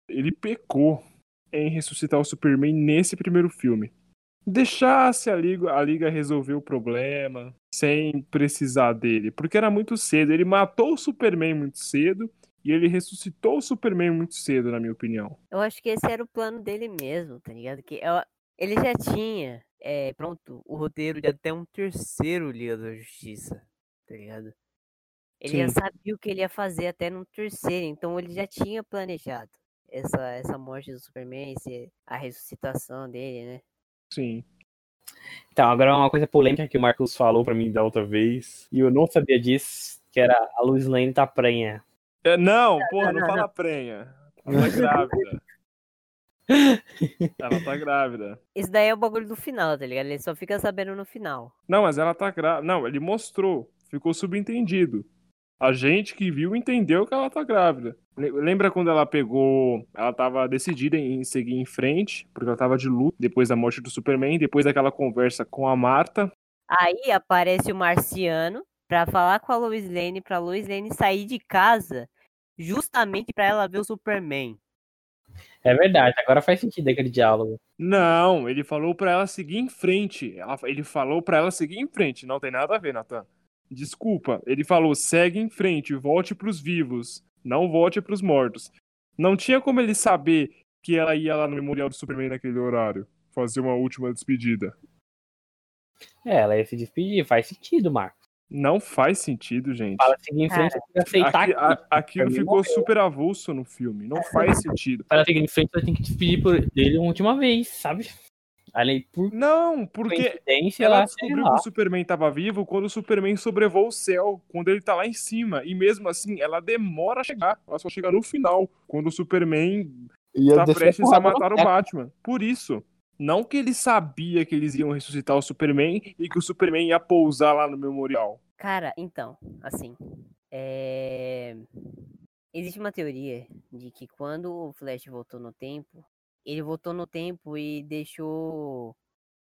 A: ele pecou em ressuscitar o Superman nesse primeiro filme. Deixasse a Liga, a Liga resolver o problema sem precisar dele, porque era muito cedo. Ele matou o Superman muito cedo e ele ressuscitou o Superman muito cedo, na minha opinião.
B: Eu acho que esse era o plano dele mesmo, tá ligado? Que eu- ele já tinha, eh, pronto, o roteiro de até um terceiro Liga da Justiça, tá ligado? Ele já
A: Sim.
B: sabia o que ele ia fazer até num terceiro, então ele já tinha planejado essa, essa morte do Superman, esse- a ressuscitação dele, né?
A: Sim.
C: Então, agora uma coisa polêmica que
D: que o
C: o Marco.
D: Marcos falou pra mim da outra vez.
C: E eu não sabia disso, que era a Luz Lane tá prenha.
A: É, não, porra,
B: não,
A: não fala prenha. Ela tá grávida. Ela tá grávida.
B: Isso daí é o bagulho do final, tá ligado? Ele só fica sabendo no final.
A: Não, mas ela tá grávida. Não, ele mostrou. Ficou subentendido. A gente que viu entendeu que ela tá grávida. Le- Lembra quando ela pegou. Ela tava decidida em seguir em frente, porque ela tava de luto depois da morte do Superman, depois daquela conversa com a Marta.
B: Aí aparece o Marciano pra falar com a Lois Lane, pra Lois Lane sair de casa justamente pra ela ver o Superman.
C: É verdade, agora faz sentido aquele diálogo.
A: Não, ele falou pra ela seguir em frente. Ela- ele falou pra ela seguir em frente. Não tem nada a ver, Natan. Desculpa, ele falou: segue em frente, volte pros vivos, não volte pros mortos. Não tinha como ele saber que ela ia lá no memorial do Superman naquele horário, fazer uma última despedida.
C: É, ela ia se despedir, faz sentido, Marco.
A: Não faz sentido, gente.
C: Fala seguir em frente, ela tem que aceitar
A: Aqui,
C: que-
A: a- aquilo
C: Superman
A: ficou super avulso no filme. Não faz sentido.
C: Pra ela seguir em frente, ela tem que despedir por dele uma última vez, sabe? Ali, por
A: Não, porque
C: coincidência,
A: Ela
C: ela, sei
A: descobriu
C: lá.
A: que o Superman estava vivo quando o Superman sobrevoa o céu, quando ele tá lá em cima. E mesmo assim, ela demora a chegar. Ela só chega no final, quando o Superman
D: E
A: tá prestes a matar o Batman. Por isso, não que ele sabia que eles iam ressuscitar o Superman e que o Superman ia pousar lá no memorial.
B: Cara, então, assim. é, Existe uma teoria de que quando o Flash voltou no tempo, ele voltou no tempo e deixou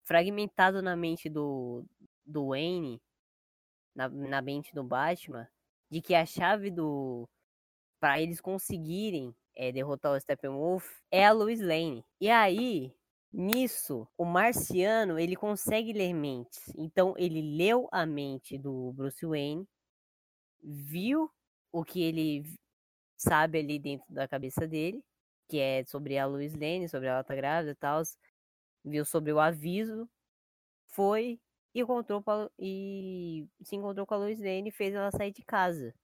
B: fragmentado na mente do, do Wayne, na, na mente do Batman, de que a chave do. Pra eles conseguirem é, derrotar o Steppenwolf é a Lois Lane. E aí, Nisso, o marciano, ele consegue ler mentes. Então, ele leu a mente do Bruce Wayne, viu o que ele v- sabe ali dentro da cabeça dele, que é sobre a Lois Lane, sobre ela tá grávida e tal, viu sobre o aviso, foi e encontrou com a Lo- e se encontrou com a Lois Lane e fez ela sair de casa.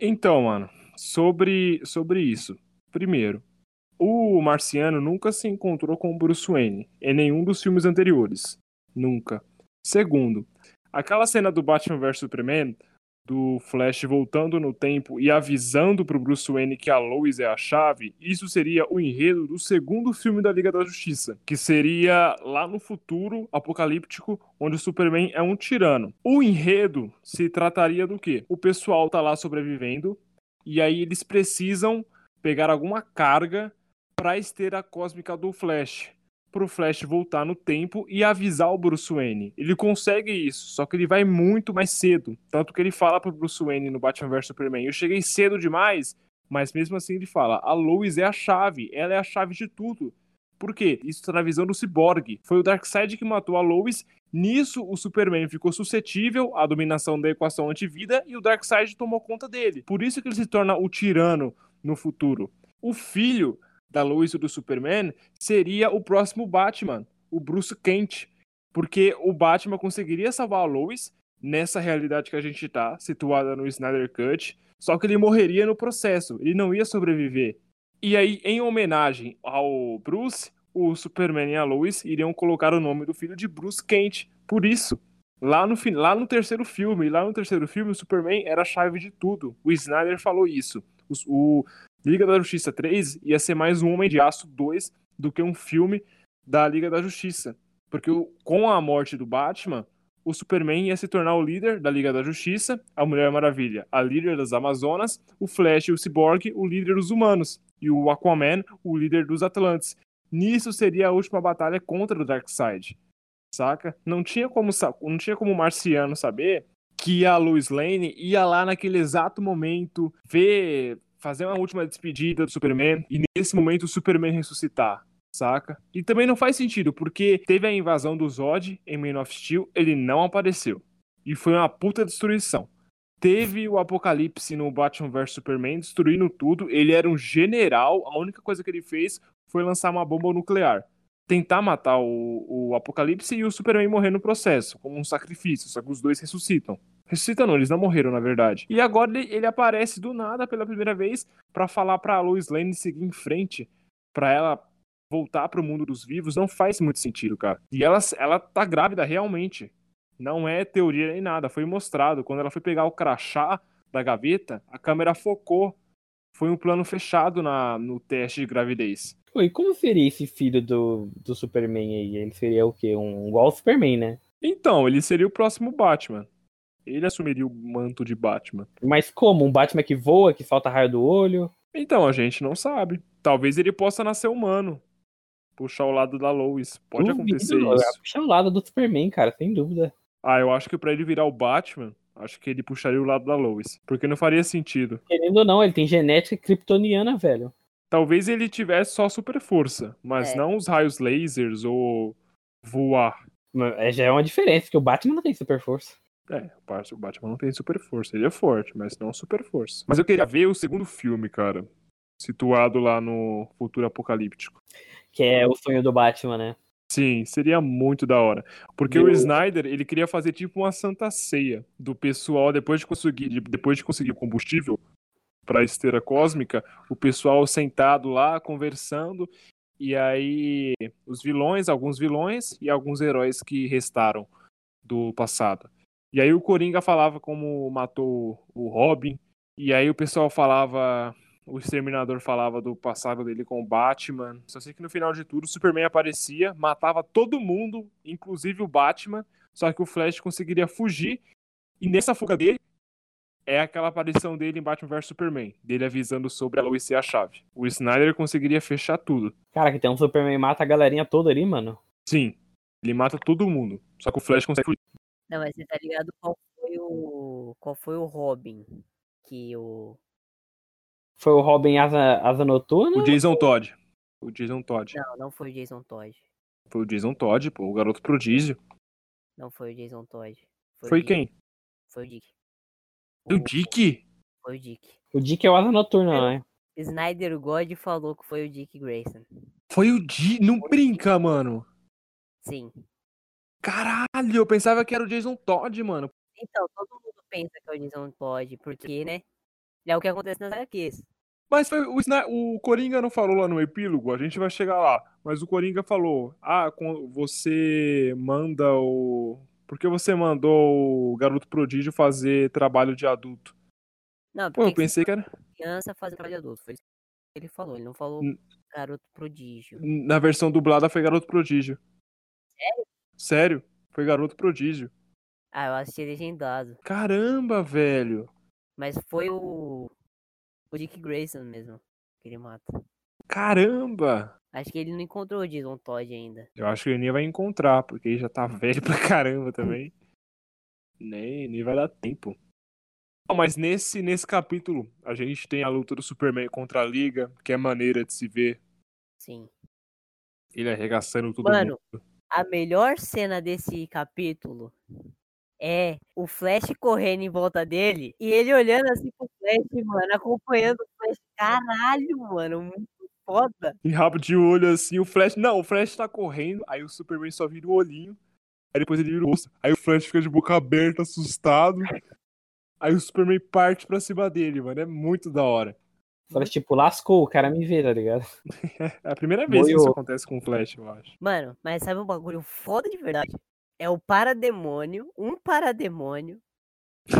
A: Então, mano, sobre, sobre isso. Primeiro, o Marciano nunca se encontrou com o Bruce Wayne em nenhum dos filmes anteriores. Nunca. Segundo, aquela cena do Batman vs Superman, do Flash voltando no tempo e avisando pro Bruce Wayne que a Lois é a chave, isso seria o enredo do segundo filme da Liga da Justiça, que seria lá no futuro apocalíptico, onde o Superman é um tirano. O enredo se trataria do quê? O pessoal tá lá sobrevivendo e aí eles precisam pegar alguma carga pra esteira cósmica do Flash. Pro Flash voltar no tempo e avisar o Bruce Wayne. Ele consegue isso, só que ele vai muito mais cedo. Tanto que ele fala pro Bruce Wayne no Batman vs Superman: Eu cheguei cedo demais, mas mesmo assim ele fala: A Lois é a chave, ela é a chave de tudo. Por quê? Isso tá na visão do Cyborg. Foi o Darkseid que matou a Lois. Nisso, o Superman ficou suscetível à dominação da equação antivida e o Darkseid tomou conta dele. Por isso que ele se torna o tirano no futuro. O filho da Lois e do Superman seria o próximo Batman, o Bruce Kent, porque o Batman conseguiria salvar a Lois nessa realidade que a gente tá, situada no Snyder Cut, só que ele morreria no processo, ele não ia sobreviver. E aí, em homenagem ao Bruce, o Superman e a Lois iriam colocar o nome do filho de Bruce Kent. Por isso, lá no, fin- lá no terceiro filme, lá no terceiro filme, o Superman era a chave de tudo. O Snyder falou isso. Os- o Liga da Justiça 3 ia ser mais um Homem de Aço 2 do que um filme da Liga da Justiça. Porque o- com a morte do Batman, o Superman ia se tornar o líder da Liga da Justiça, a Mulher Maravilha, a líder das Amazonas, o Flash e o Cyborg, o líder dos humanos, e o Aquaman, o líder dos Atlantes. Nisso seria a última batalha contra o Darkseid. Saca? Não tinha como, sa- não tinha como o Marciano saber que a Lois Lane ia lá naquele exato momento ver fazer uma última despedida do Superman e nesse momento o Superman ressuscitar, saca? E também não faz sentido, porque teve a invasão do Zod em Man of Steel, ele não apareceu. E foi uma puta destruição. Teve o apocalipse no Batman vs Superman, destruindo tudo. Ele era um general, a única coisa que ele fez foi lançar uma bomba nuclear. Tentar matar o, o Apocalipse e o Superman morrer no processo, como um sacrifício, só que os dois ressuscitam. Ressuscitam não, eles não morreram, na verdade. E agora ele, ele aparece do nada pela primeira vez pra falar pra Lois Lane seguir em frente, pra ela voltar pro mundo dos vivos, não faz muito sentido, cara. E ela, ela tá grávida realmente. Não é teoria nem nada, foi mostrado. Quando ela foi pegar o crachá da gaveta, a câmera focou. Foi um plano fechado na, no teste de gravidez.
C: Pô, e como seria esse filho do, do Superman aí? Ele seria o quê? Um igual ao Superman, né?
A: Então, ele seria o próximo Batman. Ele assumiria o manto de Batman.
C: Mas como? Um Batman que voa, que falta raio do olho?
A: Então, a gente não sabe. Talvez ele possa nascer humano. Puxar o lado da Lois. Pode
C: Duvido,
A: acontecer
C: eu ia
A: isso.
C: puxar o lado do Superman, cara, sem dúvida.
A: Ah, eu acho que pra ele virar o Batman, acho que ele puxaria o lado da Lois. Porque não faria sentido.
C: Querendo ou não, ele tem genética kryptoniana, velho.
A: Talvez ele tivesse só super força, mas
B: É.
A: não os raios lasers ou voar.
C: Mas é- já é uma diferença, porque o Batman não tem super força.
A: É, o Bat- o Batman não tem super força. Ele é forte, mas não super força. Mas eu queria ver o segundo filme, cara. Situado lá no futuro apocalíptico.
C: Que é o sonho do Batman, né?
A: Sim, seria muito da hora. Porque o
C: Eu-
A: Snyder, ele queria fazer tipo uma santa ceia do pessoal, depois de conseguir, de- depois de conseguir o combustível para a esteira cósmica, o pessoal sentado lá conversando, e aí os vilões, alguns vilões e alguns heróis que restaram do passado. E aí o Coringa falava como matou o Robin, e aí o pessoal falava, o Exterminador falava do passado dele com o Batman. Só sei que no final de tudo, o Superman aparecia, matava todo mundo, inclusive o Batman. Só que o Flash conseguiria fugir. E nessa fuga dele, é aquela aparição dele em Batman vs Superman, dele avisando sobre a Lois ser a chave. O Snyder conseguiria fechar tudo.
C: Cara, que tem um Superman que mata a galerinha toda ali, mano.
A: Sim, ele mata todo mundo. Só que o Flash consegue fugir.
B: Não, mas você tá ligado qual foi o. Qual foi o Robin? Que o.
C: Foi o Robin Asa, Asa Noturna?
A: O Jason Todd. O Jason Todd.
B: Não, não foi o Jason Todd.
A: Foi o Jason Todd, pô, o garoto prodígio.
B: Não foi o Jason Todd. o
A: Foi
B: Dick,
A: quem?
B: Foi o Dick.
A: O Dick?
B: Foi o Dick.
C: O Dick é o Asa Noturna, né?
B: Snyder God falou que foi o Dick Grayson.
A: Foi o Dick? Não brinca, mano.
B: Sim.
A: Caralho, eu pensava que era o Jason Todd, mano.
B: Então, todo mundo pensa que é o Jason Todd, porque, né? É o que acontece nas HQs.
A: Mas foi o, Sna- o Coringa não falou lá no epílogo, a gente vai chegar lá. Mas o Coringa falou: Ah, com- você manda o. Por que você mandou o garoto prodígio fazer trabalho de adulto?
B: Não,
A: Pô,
B: porque
A: eu pensei que era.
B: criança fazendo trabalho de adulto. Foi isso que ele falou. Ele não falou
A: Hum.
B: garoto prodígio.
A: Na versão dublada foi garoto prodígio. Sério? Sério, foi garoto prodígio.
B: Ah, eu assisti legendado.
A: Caramba, velho.
B: Mas foi o. O Dick Grayson mesmo. Que ele mata.
A: Caramba!
B: Acho que ele não encontrou o Jason Todd ainda.
A: Eu acho que ele nem vai encontrar, porque ele já tá velho pra caramba também. Nem, nem vai dar tempo. Bom, mas nesse, nesse capítulo, a gente tem a luta do Superman contra a Liga, que é maneira de se ver
B: Sim.
A: ele arregaçando todo
B: Mano,
A: mundo.
B: a melhor cena desse capítulo é o Flash correndo em volta dele e ele olhando assim pro Flash, mano, acompanhando o Flash. Caralho, mano, muito foda.
A: E rabo de olho assim, o Flash. Não, o Flash tá correndo, aí o Superman só vira o olhinho, aí depois ele vira o rosto. Aí o Flash fica de boca aberta, assustado. Aí o Superman parte pra cima dele, mano. É muito da hora.
C: Fala, tipo, lascou, o cara me vê, tá ligado?
A: É a primeira vez que isso
C: Moiou.
A: acontece com o Flash, eu acho.
B: Mano, mas sabe um bagulho foda de verdade? É o parademônio, um parademônio,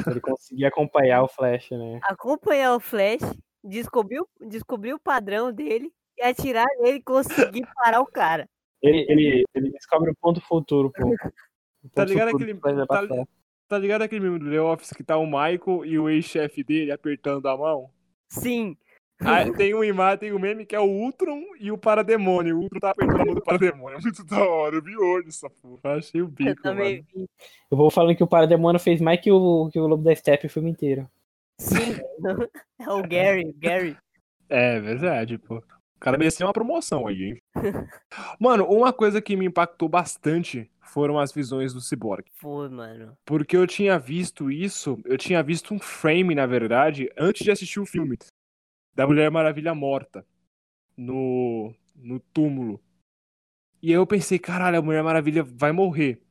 C: Ele conseguia acompanhar o Flash, né?
B: acompanhar o Flash, descobrir, o- descobrir o padrão dele e atirar nele e conseguir parar o cara.
C: Ele, ele, ele descobre o ponto futuro, pô. O
A: Tá
C: ponto
A: ligado
C: futuro
A: aquele-
C: que vai
A: tá-
C: passar.
A: Tá ligado aquele meme do The Office que tá o Michael e o ex-chefe dele apertando a mão?
B: Sim,
A: Aí tem um imagem, tem um meme que é o Ultron e o Parademônio. O Ultron tá apertando a mão do Parademônio. É muito da hora, eu vi hoje essa porra. Achei o bico,
B: eu também
A: mano.
B: vi.
C: Eu vou falando que o Parademônio fez mais que o, que o Lobo da Steppe o filme inteiro.
B: Sim, é o Gary, o Gary.
A: É verdade, pô. O cara merecia uma promoção aí, hein? Mano, uma coisa que me impactou bastante foram as visões do Cyborg.
B: Foi, mano.
A: Porque eu tinha visto isso, eu tinha visto um frame, na verdade, antes de assistir o filme. Da Mulher Maravilha morta. No, no túmulo. E aí eu pensei, caralho, a Mulher Maravilha vai morrer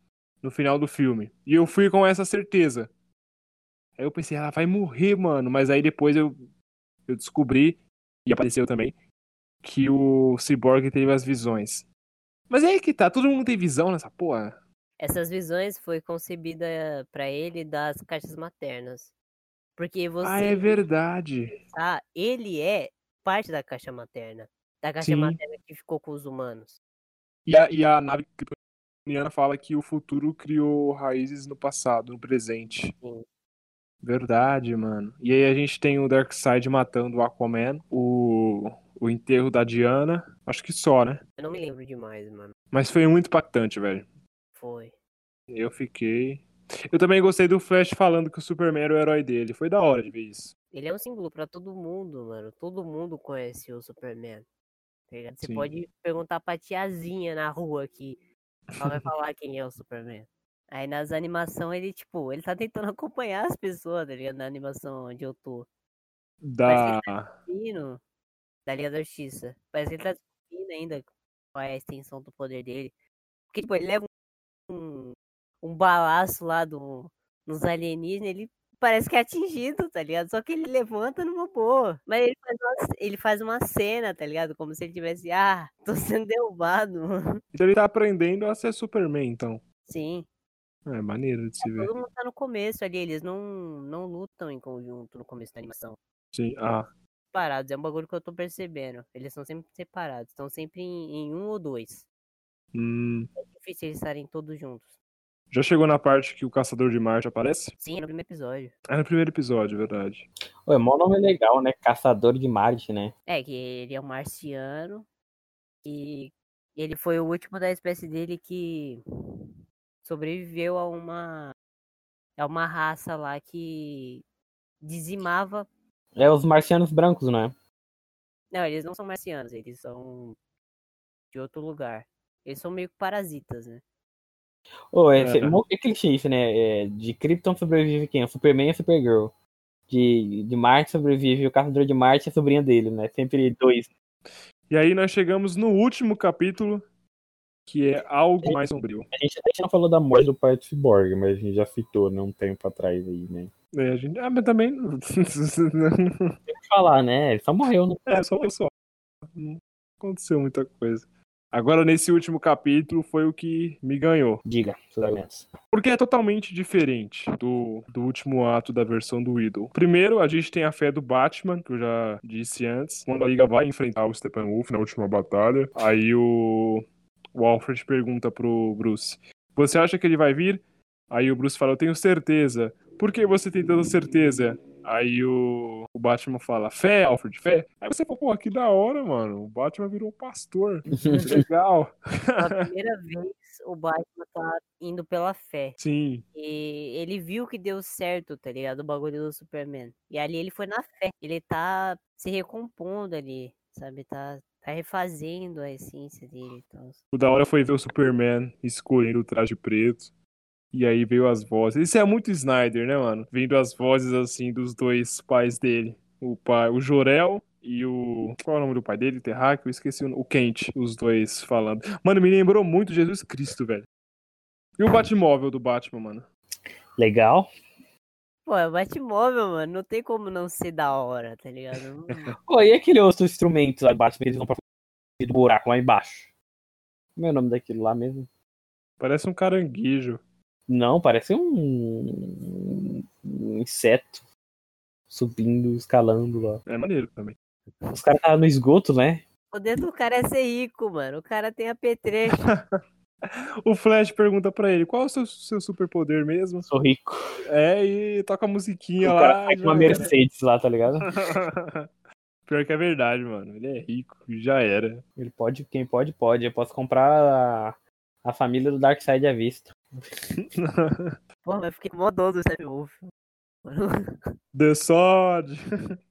A: no final do filme. E eu fui com essa certeza. Aí eu pensei, ela vai morrer, mano. Mas aí depois eu, eu descobri, e apareceu também, que o Cyborg teve as visões. Mas é aí que tá, todo mundo tem visão nessa porra.
B: Essas visões foi concebida pra ele das caixas maternas. Porque você
A: Ah, é verdade.
B: pensar, ele é parte da caixa materna. Da caixa
A: Sim.
B: materna que ficou com os humanos.
A: E a, e a nave kryptoniana fala que o futuro criou raízes no passado, no presente.
B: Sim.
A: Verdade, mano. E aí a gente tem o Darkseid matando o Aquaman, o, o enterro da Diana. Acho que só, né?
B: Eu não me lembro demais, mano.
A: Mas foi muito impactante, velho.
B: Foi.
A: Eu fiquei. Eu também gostei do Flash falando que o Superman era o herói dele. Foi da hora de ver isso.
B: Ele é um símbolo pra todo mundo, mano. Todo mundo conhece o Superman. tá ligado? Você
A: Sim.
B: pode perguntar pra tiazinha na rua que ela vai falar quem é o Superman. Aí nas animações ele, tipo, ele tá tentando acompanhar as pessoas, tá ligado? Na animação onde eu tô.
A: Da.
B: descobrindo da Liga da Justiça. Parece que ele tá descobrindo ainda qual é a extensão do poder dele. Porque, tipo, ele leva um, um balaço lá do, nos alienígenas, ele parece que é atingido, tá ligado? Só que ele levanta numa boa. Mas ele faz uma, ele faz uma cena, tá ligado? Como se ele tivesse, ah, tô sendo derrubado.
A: Então ele tá aprendendo a ser Superman, então.
B: Sim,
A: É maneiro de se ver.
B: todo mundo tá no começo ali, eles não, não lutam em conjunto no começo da animação.
A: Sim. Ah.
B: separados. É um bagulho que eu tô percebendo. Eles são sempre separados. Estão sempre em, em um ou dois.
A: Hum.
B: É difícil eles estarem todos juntos.
A: Já chegou na parte que o Caçador de Marte aparece?
B: Sim, no primeiro episódio.
A: É no primeiro episódio, verdade.
C: Pô, é mó nome legal, né? Caçador de Marte, né?
B: É, que ele é um marciano. E ele foi o último da espécie dele que sobreviveu a uma. É uma raça lá que dizimava.
C: É os marcianos brancos, não é?
B: Não, eles não são marcianos, eles são de outro lugar. Eles são meio que parasitas, né?
C: Ô,
A: É.
C: é, é. mó- é clichê isso, né? É, de Krypton sobrevive quem? É O Superman e a Supergirl. De, de Marte sobrevive o Caçador de Marte e a sobrinha dele, né? Sempre dois.
A: E aí nós chegamos no último capítulo, que é algo mais sombrio.
C: A gente, a gente não falou da morte.
D: do pai do Cyborg, mas a gente já citou né, um tempo atrás aí, né?
A: É, a gente... Ah, mas também.
C: Falar, né? Ele só morreu, né?
A: é, só pessoal. Não aconteceu muita coisa. Agora, nesse último capítulo, foi o que me ganhou.
C: Diga, Sudamentos.
A: Porque é totalmente diferente do, do último ato da versão do Idol. Primeiro, a gente tem a fé do Batman, que eu já disse antes, quando a Liga vai enfrentar o Steppenwolf na última batalha. Aí o, o Alfred pergunta pro Bruce: Você acha que ele vai vir? Aí o Bruce fala: Eu tenho certeza. Por que você tem tanta certeza? Aí o, o Batman fala: Fé, Alfred, fé. Aí você fala: Pô, que da hora, mano. O Batman virou um pastor. Legal.
B: Pela primeira vez, o Batman tá indo pela fé.
A: Sim,
B: E ele viu que deu certo, tá ligado? O bagulho do Superman. E ali ele foi na fé. Ele tá se recompondo ali, sabe? Tá, tá refazendo a essência dele. e tal.
A: O da hora foi ver o Superman escolhendo o traje preto. E aí veio as vozes. Isso é muito Snyder, né, mano? Vendo as vozes assim dos dois pais dele. O pai, o Jorel e o. Qual é o nome do pai dele? Terráqueo? Eu esqueci o nome. O Kent, os dois falando. Mano, me lembrou muito Jesus Cristo, velho. E o Batmóvel do Batman, mano.
C: Legal.
B: Pô, é o Batmóvel, mano. Não tem como não ser da hora, tá ligado? Não-
C: Pô, e aquele outro instrumento lá embaixo, que eles vão pra f- do buraco lá embaixo? Como é o nome daquilo lá mesmo?
A: Parece um caranguejo.
C: Não, parece um, um inseto subindo, escalando lá.
A: É maneiro também.
C: Os caras estavam no esgoto, né?
B: O poder do cara é ser rico, mano. O cara tem apetrecho.
A: O Flash pergunta pra ele: qual é o seu, seu superpoder mesmo?
C: Sou rico.
A: É, e toca a musiquinha
C: o
A: lá. né?
C: cara sai com
A: já
C: uma
A: era.
C: Mercedes lá, tá ligado?
A: Pior que é verdade, mano. Ele é rico, já era.
C: Ele pode, quem pode, pode. Eu posso comprar a, a família do Darkseid à vista.
B: Pô, mas eu fiquei mó dor do Steppenwolf. Mano,
A: The Sod!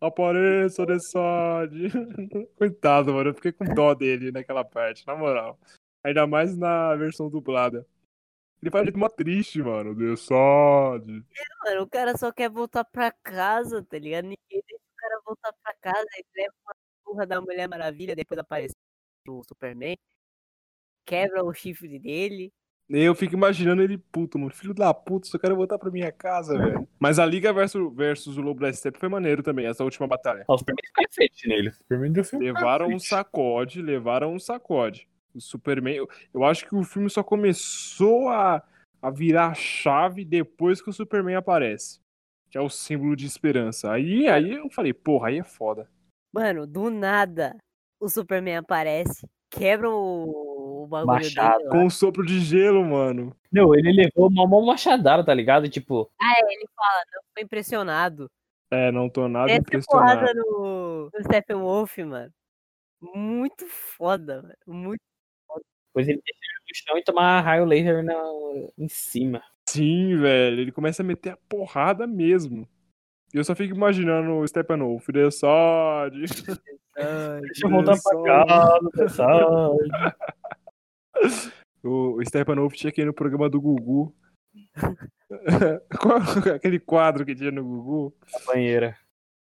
A: Apareça, The Sod! Coitado, mano. Eu fiquei com dó dele naquela parte, na moral. Ainda mais na versão dublada. Ele faz muito mó triste, mano. The Sod!
B: mano, o cara só quer voltar pra casa, tá ligado? Ninguém deixa o cara voltar pra casa. Ele leva uma surra da Mulher Maravilha depois da aparição do Superman. Quebra o chifre dele.
A: Eu fico imaginando ele puto, mano. Filho da puta, só quero voltar pra minha casa, velho. Mas a Liga versus, versus o Lobo da Steppe foi maneiro também, essa última batalha.
C: Ó, o Superman fica cacete nele.
D: Superman deu seu
A: Levaram um
D: cacete.
A: sacode, levaram um sacode. O Superman. Eu, eu acho que o filme só começou a, a virar a chave depois que o Superman aparece. Que é o símbolo de esperança.
C: É.
A: Aí, aí eu falei, porra, aí é foda.
B: Mano, do nada, o Superman aparece, quebra o, o bagulho
C: Machado.
B: dele. lá.
A: Com um sopro de gelo, mano.
C: Não, ele levou uma mão machadada, tá ligado? Tipo,
B: Tô impressionado.
A: É, não tô nada
B: Desce a
A: impressionado.
B: porrada no, no Steppenwolf, mano. Muito foda, mano. Muito
C: depois ele deixa ele no chão e tomar raio laser na, em cima.
A: Sim, velho. Ele começa a meter a porrada mesmo. E eu só fico imaginando o Steppenwolf, é The Sod.
C: Deixa eu voltar pra casa, pessoal.
A: O o Stepanoff tinha que ir no programa do Gugu. Qual- Aquele quadro que tinha no Gugu.
C: Banheira.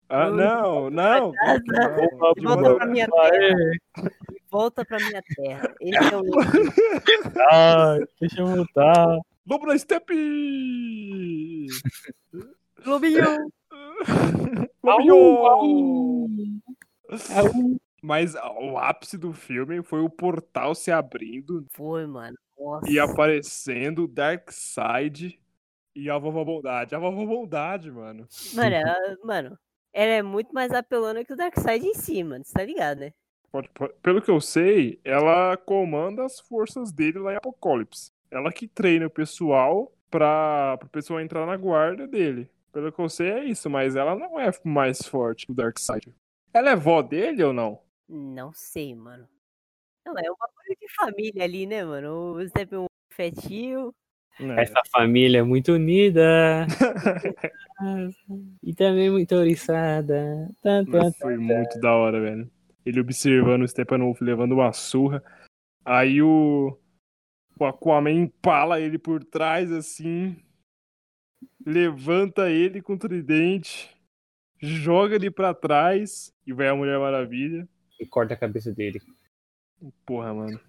A: Ah,
B: Hum.
A: não, não.
C: Opa,
A: De
B: Volta
A: boa.
B: pra minha
C: Aê,
B: Volta pra minha terra. Esse é o
C: ai, deixa eu voltar.
A: Lobo da Step!
B: Lobinho.
A: Lobinho! É um
C: Au.
A: Mas o ápice do filme foi o portal se abrindo
B: Foi, mano. Nossa.
A: e aparecendo Darkseid e a Vovó Bondade. A Vovó Bondade, mano.
B: Mano, ela, mano, ela é muito mais apelona que o Darkseid em si, mano. Você tá ligado, né?
A: Pode- pode- Pelo que eu sei, ela comanda as forças dele lá em Apocalipse. Ela que treina o pessoal pra o pessoal entrar na guarda dele. Pelo que eu sei, é isso, mas ela não é mais forte que o Darkseid. Ela é vó dele ou não?
B: Não sei, mano. Não, é um bagulho de família ali, né, mano? O Steppenwolf é tio.
C: Essa família é muito unida. e também muito oriçada. Tan, tan,
A: Mas Foi muito da hora, velho. Ele observando o Steppenwolf levando uma surra. Aí o, o Aquaman empala ele por trás, assim. Levanta ele com o tridente. Joga ele pra trás. E vai a Mulher Maravilha.
C: E corta a cabeça dele.
A: Porra, mano.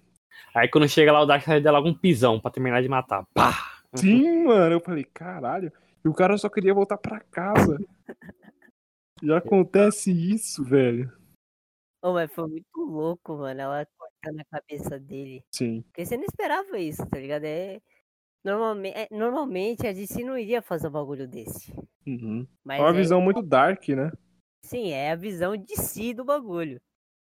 C: Aí quando chega lá, o Darkseid dá logo um pisão pra terminar de matar. Pá!
A: Sim, mano. Eu falei, caralho. E o cara só queria voltar pra casa. Já acontece isso, velho.
B: Ô, mas foi muito louco, mano. Ela cortando a cabeça dele.
A: Sim.
B: Porque você não esperava isso, tá ligado? É... Normalmente, é, normalmente a DC não iria fazer um bagulho desse.
A: Uhum.
B: Mas
A: É uma
B: é-
A: visão muito dark, né?
B: Sim, é a visão de si do bagulho.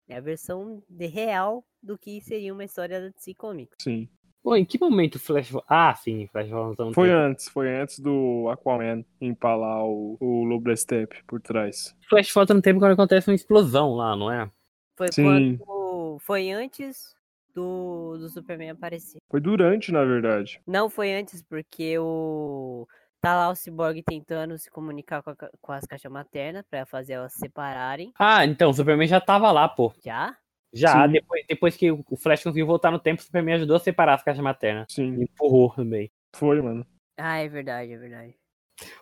B: É a versão de real do que seria uma história da DC Comics.
A: Sim.
C: Pô, em que momento o Flash... vo- Ah, sim, Flash Volantão.
A: Foi antes, foi antes do Aquaman empalar o, o Lobo da Steppe por trás.
C: Flash volta no tempo quando acontece uma explosão lá, não é?
B: Foi
A: Sim.
B: quando. Foi antes do, do Superman aparecer.
A: Foi durante, na verdade.
B: Não foi antes, porque o. Tá lá o Cyborg tentando se comunicar com, a ca- com as caixas maternas pra fazer elas se separarem.
C: Ah, então, o Superman já tava lá, pô.
B: Já?
C: Já,
A: Sim.
C: depois, depois que o Flash conseguiu voltar no tempo, o Superman ajudou a separar as caixas maternas.
A: Sim,
C: E empurrou também.
A: foi, mano.
B: Ah, é verdade, é verdade.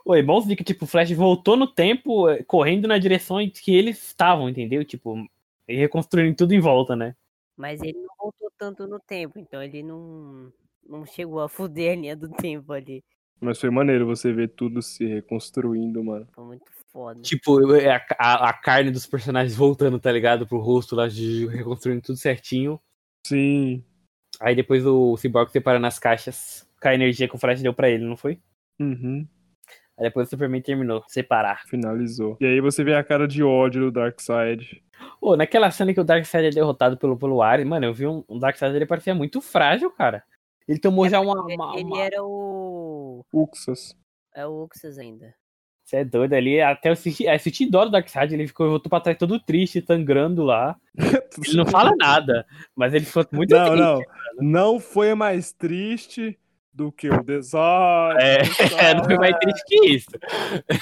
C: Oi, bom dizer que, tipo, o Flash voltou no tempo, eh, correndo na direção em que eles estavam, entendeu? Tipo, e reconstruindo tudo em volta, né?
B: Mas ele não voltou tanto no tempo, então ele não. Não chegou a fuder a linha do tempo ali.
A: Mas foi maneiro você ver tudo se reconstruindo, mano.
B: Foi muito foda.
C: Tipo, eu- é a, a- a carne dos personagens voltando, tá ligado? Pro rosto lá, de- reconstruindo tudo certinho.
A: Sim.
C: Aí depois o Cyborg separando as caixas com a energia que o Flash deu pra ele, não foi?
A: Uhum.
C: Aí depois o Superman terminou, de separar.
A: Finalizou. E aí você vê a cara de ódio do Darkseid.
C: Ô, naquela cena que o Darkseid é derrotado pelo, pelo Ares, mano, eu vi um, um Darkseid, ele parecia muito frágil, cara. Ele tomou já uma... uma,
B: ele
C: uma-
B: era o.
A: Uxas.
B: É o Uxus ainda.
C: Você é doido ali, até eu senti, eu senti dó do Darkseid, ele ficou, voltou pra trás todo triste, sangrando lá. Ele não fala nada, mas ele ficou muito
A: Não,
C: triste.
A: não. Não foi mais triste do que o design.
C: É, É, não foi mais triste que isso.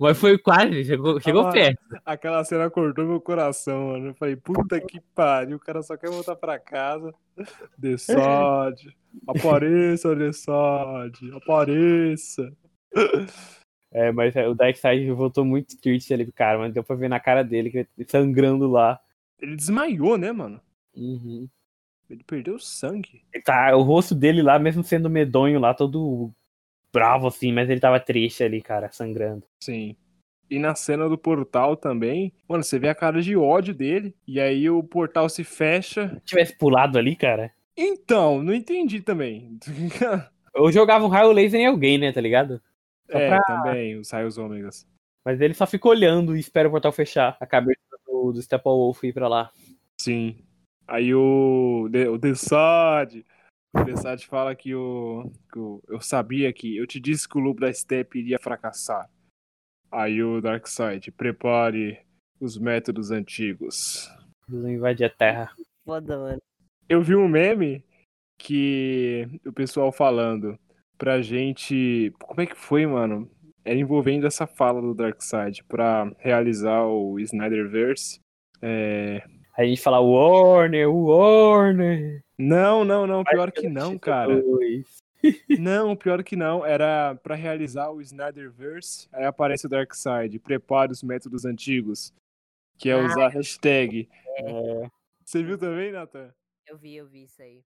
C: mas foi quase, chegou, chegou
A: Ah,
C: perto.
A: Aquela cena cortou meu coração, mano. Eu falei, puta que pariu, o cara só quer voltar pra casa. Dessode. Apareça, Dessode. Apareça.
C: É, mas é, o Darkseid voltou muito triste ali, cara, mas deu pra ver na cara dele, que ele sangrando lá.
A: Ele desmaiou, né, mano?
C: Uhum.
A: Ele perdeu sangue.
C: Ele Tá, o rosto dele lá, mesmo sendo medonho lá, todo bravo assim, mas ele tava triste ali, cara, sangrando.
A: Sim. E na cena do portal também, mano, você vê a cara de ódio dele. E aí o portal se fecha.
C: Se tivesse pulado ali, cara.
A: Então, não entendi também.
C: Eu jogava um raio laser em alguém, né, tá ligado? Só
A: é,
C: pra-
A: também, os raios ômegas.
C: Mas ele só fica olhando e espera o portal fechar. A cabeça do, do Steppenwolf ir pra lá.
A: Sim. Aí o, de, o Dessad. O Dessad fala que, o, que o- eu sabia que. Eu te disse que o lobo da Steppe iria fracassar. Aí o Darkseid, prepare os métodos antigos.
C: Eles vão invadir a Terra.
B: Foda, mano.
A: Eu vi um meme que o pessoal falando pra gente. Como é que foi, mano? Era envolvendo essa fala do Darkseid pra realizar o Snyderverse. É,
C: Aí a gente fala, Warner, Warner.
A: Não, não, não, pior que não, cara.
C: Dois.
A: Não, pior que não. Era pra realizar o Snyderverse. Aí aparece o Darkseid. Prepare os métodos antigos. Que é usar hashtag.
C: É.
A: Você viu também, Nathan?
B: Eu vi, eu vi isso aí.